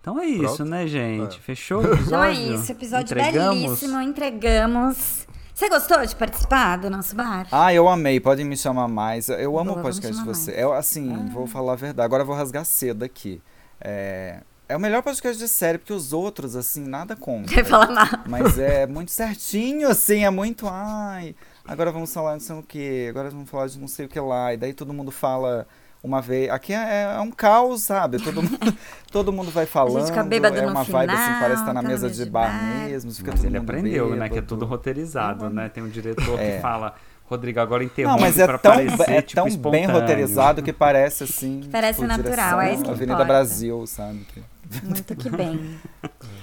Speaker 3: Então é isso,
Speaker 1: Pronto.
Speaker 3: né, gente?
Speaker 1: É.
Speaker 3: Fechou o episódio?
Speaker 2: Então é isso, episódio
Speaker 3: Entregamos?
Speaker 2: belíssimo, entregamos. Você gostou de participar do nosso bar?
Speaker 4: Ah, eu amei. Podem me chamar mais. Eu amo
Speaker 2: Boa, vamos
Speaker 4: o podcast de
Speaker 2: chamar
Speaker 4: você.
Speaker 2: mais. Ah.
Speaker 4: Eu, assim, vou falar a verdade. Agora eu vou rasgar cedo aqui. É, é o melhor podcast de série, porque os outros, assim, nada
Speaker 2: Não vai
Speaker 4: contra.
Speaker 2: falar nada.
Speaker 4: Mas é muito certinho, assim, é muito. Ai, agora vamos falar de não sei o que, agora vamos falar de não sei o que lá. E daí todo mundo fala uma vez. Aqui é, é um caos, sabe? Todo mundo, todo mundo vai falando.
Speaker 2: fica bêbado
Speaker 4: é
Speaker 2: no
Speaker 4: uma vibe assim,
Speaker 2: final,
Speaker 4: parece que tá
Speaker 2: tá
Speaker 4: na
Speaker 2: na
Speaker 4: mesa
Speaker 2: mesa
Speaker 4: de
Speaker 2: de
Speaker 4: bar
Speaker 2: bar.
Speaker 4: mesmo. Fica
Speaker 3: Mas
Speaker 4: todo
Speaker 3: ele
Speaker 4: mundo
Speaker 3: aprendeu, né? Que é
Speaker 4: bêbado.
Speaker 3: tudo roteirizado, né? Tem um diretor
Speaker 4: É.
Speaker 3: que fala: Rodrigo agora interrompe
Speaker 4: Não, mas é
Speaker 3: pra
Speaker 4: tão,
Speaker 3: parecer,
Speaker 4: é
Speaker 3: tipo,
Speaker 4: tão bem
Speaker 3: espontâneo.
Speaker 4: roteirizado que parece assim.
Speaker 2: Parece natural, é isso que
Speaker 4: Avenida
Speaker 2: importa.
Speaker 4: Brasil, sabe? Que-
Speaker 2: Muito que bem.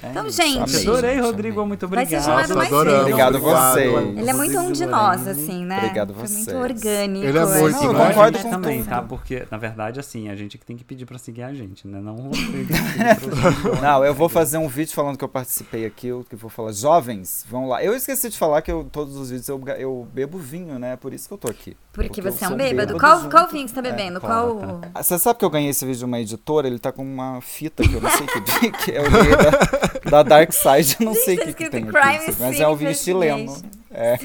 Speaker 4: é
Speaker 2: Então,
Speaker 4: isso,
Speaker 2: gente,
Speaker 4: amei,
Speaker 3: Adorei,
Speaker 4: gente,
Speaker 3: Rodrigo. é
Speaker 4: amei.
Speaker 3: Muito
Speaker 2: Vai ser
Speaker 3: obrigado.
Speaker 2: chamado mais
Speaker 1: adoramos.
Speaker 2: vezes.
Speaker 4: Obrigado vocês.
Speaker 2: Ele é muito um de nós, assim, né?
Speaker 4: Obrigado
Speaker 2: Foi
Speaker 4: vocês.
Speaker 2: muito orgânico.
Speaker 1: Ele é
Speaker 2: assim.
Speaker 1: muito Não, eu orgânico.
Speaker 4: concordo
Speaker 3: Gente
Speaker 4: com
Speaker 3: também,
Speaker 4: tudo.
Speaker 3: tá? Porque, na verdade, assim, a gente que tem que pedir pra seguir a gente, né? Não o Rodrigo. que pedir pra seguir.
Speaker 4: Não, eu vou fazer um vídeo falando que eu participei aqui, eu que vou falar, jovens, vão lá. Eu esqueci de falar que eu, todos os vídeos eu, ga- eu bebo vinho, né? Por isso que eu tô aqui.
Speaker 2: Porque
Speaker 4: eu
Speaker 2: você é um
Speaker 4: sou
Speaker 2: bêbado. Qual,
Speaker 4: junto.
Speaker 2: qual vinho que você tá bebendo? qual...
Speaker 4: Ah, Você sabe que eu ganhei esse vídeo de uma editora? Ele tá com uma fita que eu não sei que dia que é o dia da, da Dark Side, eu não
Speaker 2: Gente,
Speaker 4: sei o
Speaker 2: tá
Speaker 4: que, que
Speaker 2: escrito
Speaker 4: tem aqui,
Speaker 2: Crime
Speaker 4: Mas é o
Speaker 2: Scene
Speaker 4: vinho chileno.
Speaker 2: Investigation.
Speaker 4: É.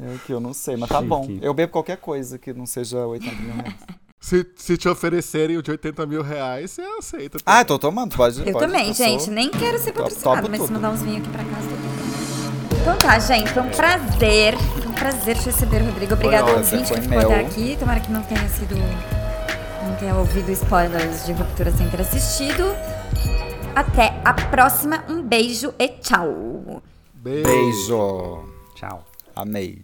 Speaker 4: É o que eu não sei, mas tá
Speaker 3: Chique.
Speaker 4: bom. Eu bebo qualquer coisa que não seja 80 mil reais.
Speaker 1: Se, se te oferecerem o de 80 mil reais, você aceita. tá?
Speaker 4: Ah, eu tô tomando, pode
Speaker 2: Eu
Speaker 4: pode,
Speaker 2: também,
Speaker 4: sou-
Speaker 2: gente. Nem quero ser
Speaker 4: Top-
Speaker 2: patrocinado,
Speaker 4: topo
Speaker 2: mas se
Speaker 4: tudo.
Speaker 2: mandar uns vinhos aqui pra casa. tô bem. Então tá, gente. Foi um prazer. Foi um prazer te receber, Rodrigo. Obrigado ao
Speaker 4: ótimo,
Speaker 2: ouvinte
Speaker 4: foi
Speaker 2: que ficou até
Speaker 4: meu.
Speaker 2: aqui. Tomara que não tenha sido. Não tenha ouvido spoilers de ruptura sem ter assistido. Até a próxima. Um beijo e tchau.
Speaker 1: Beijo.
Speaker 4: Beijo.
Speaker 3: Tchau.
Speaker 4: Amei.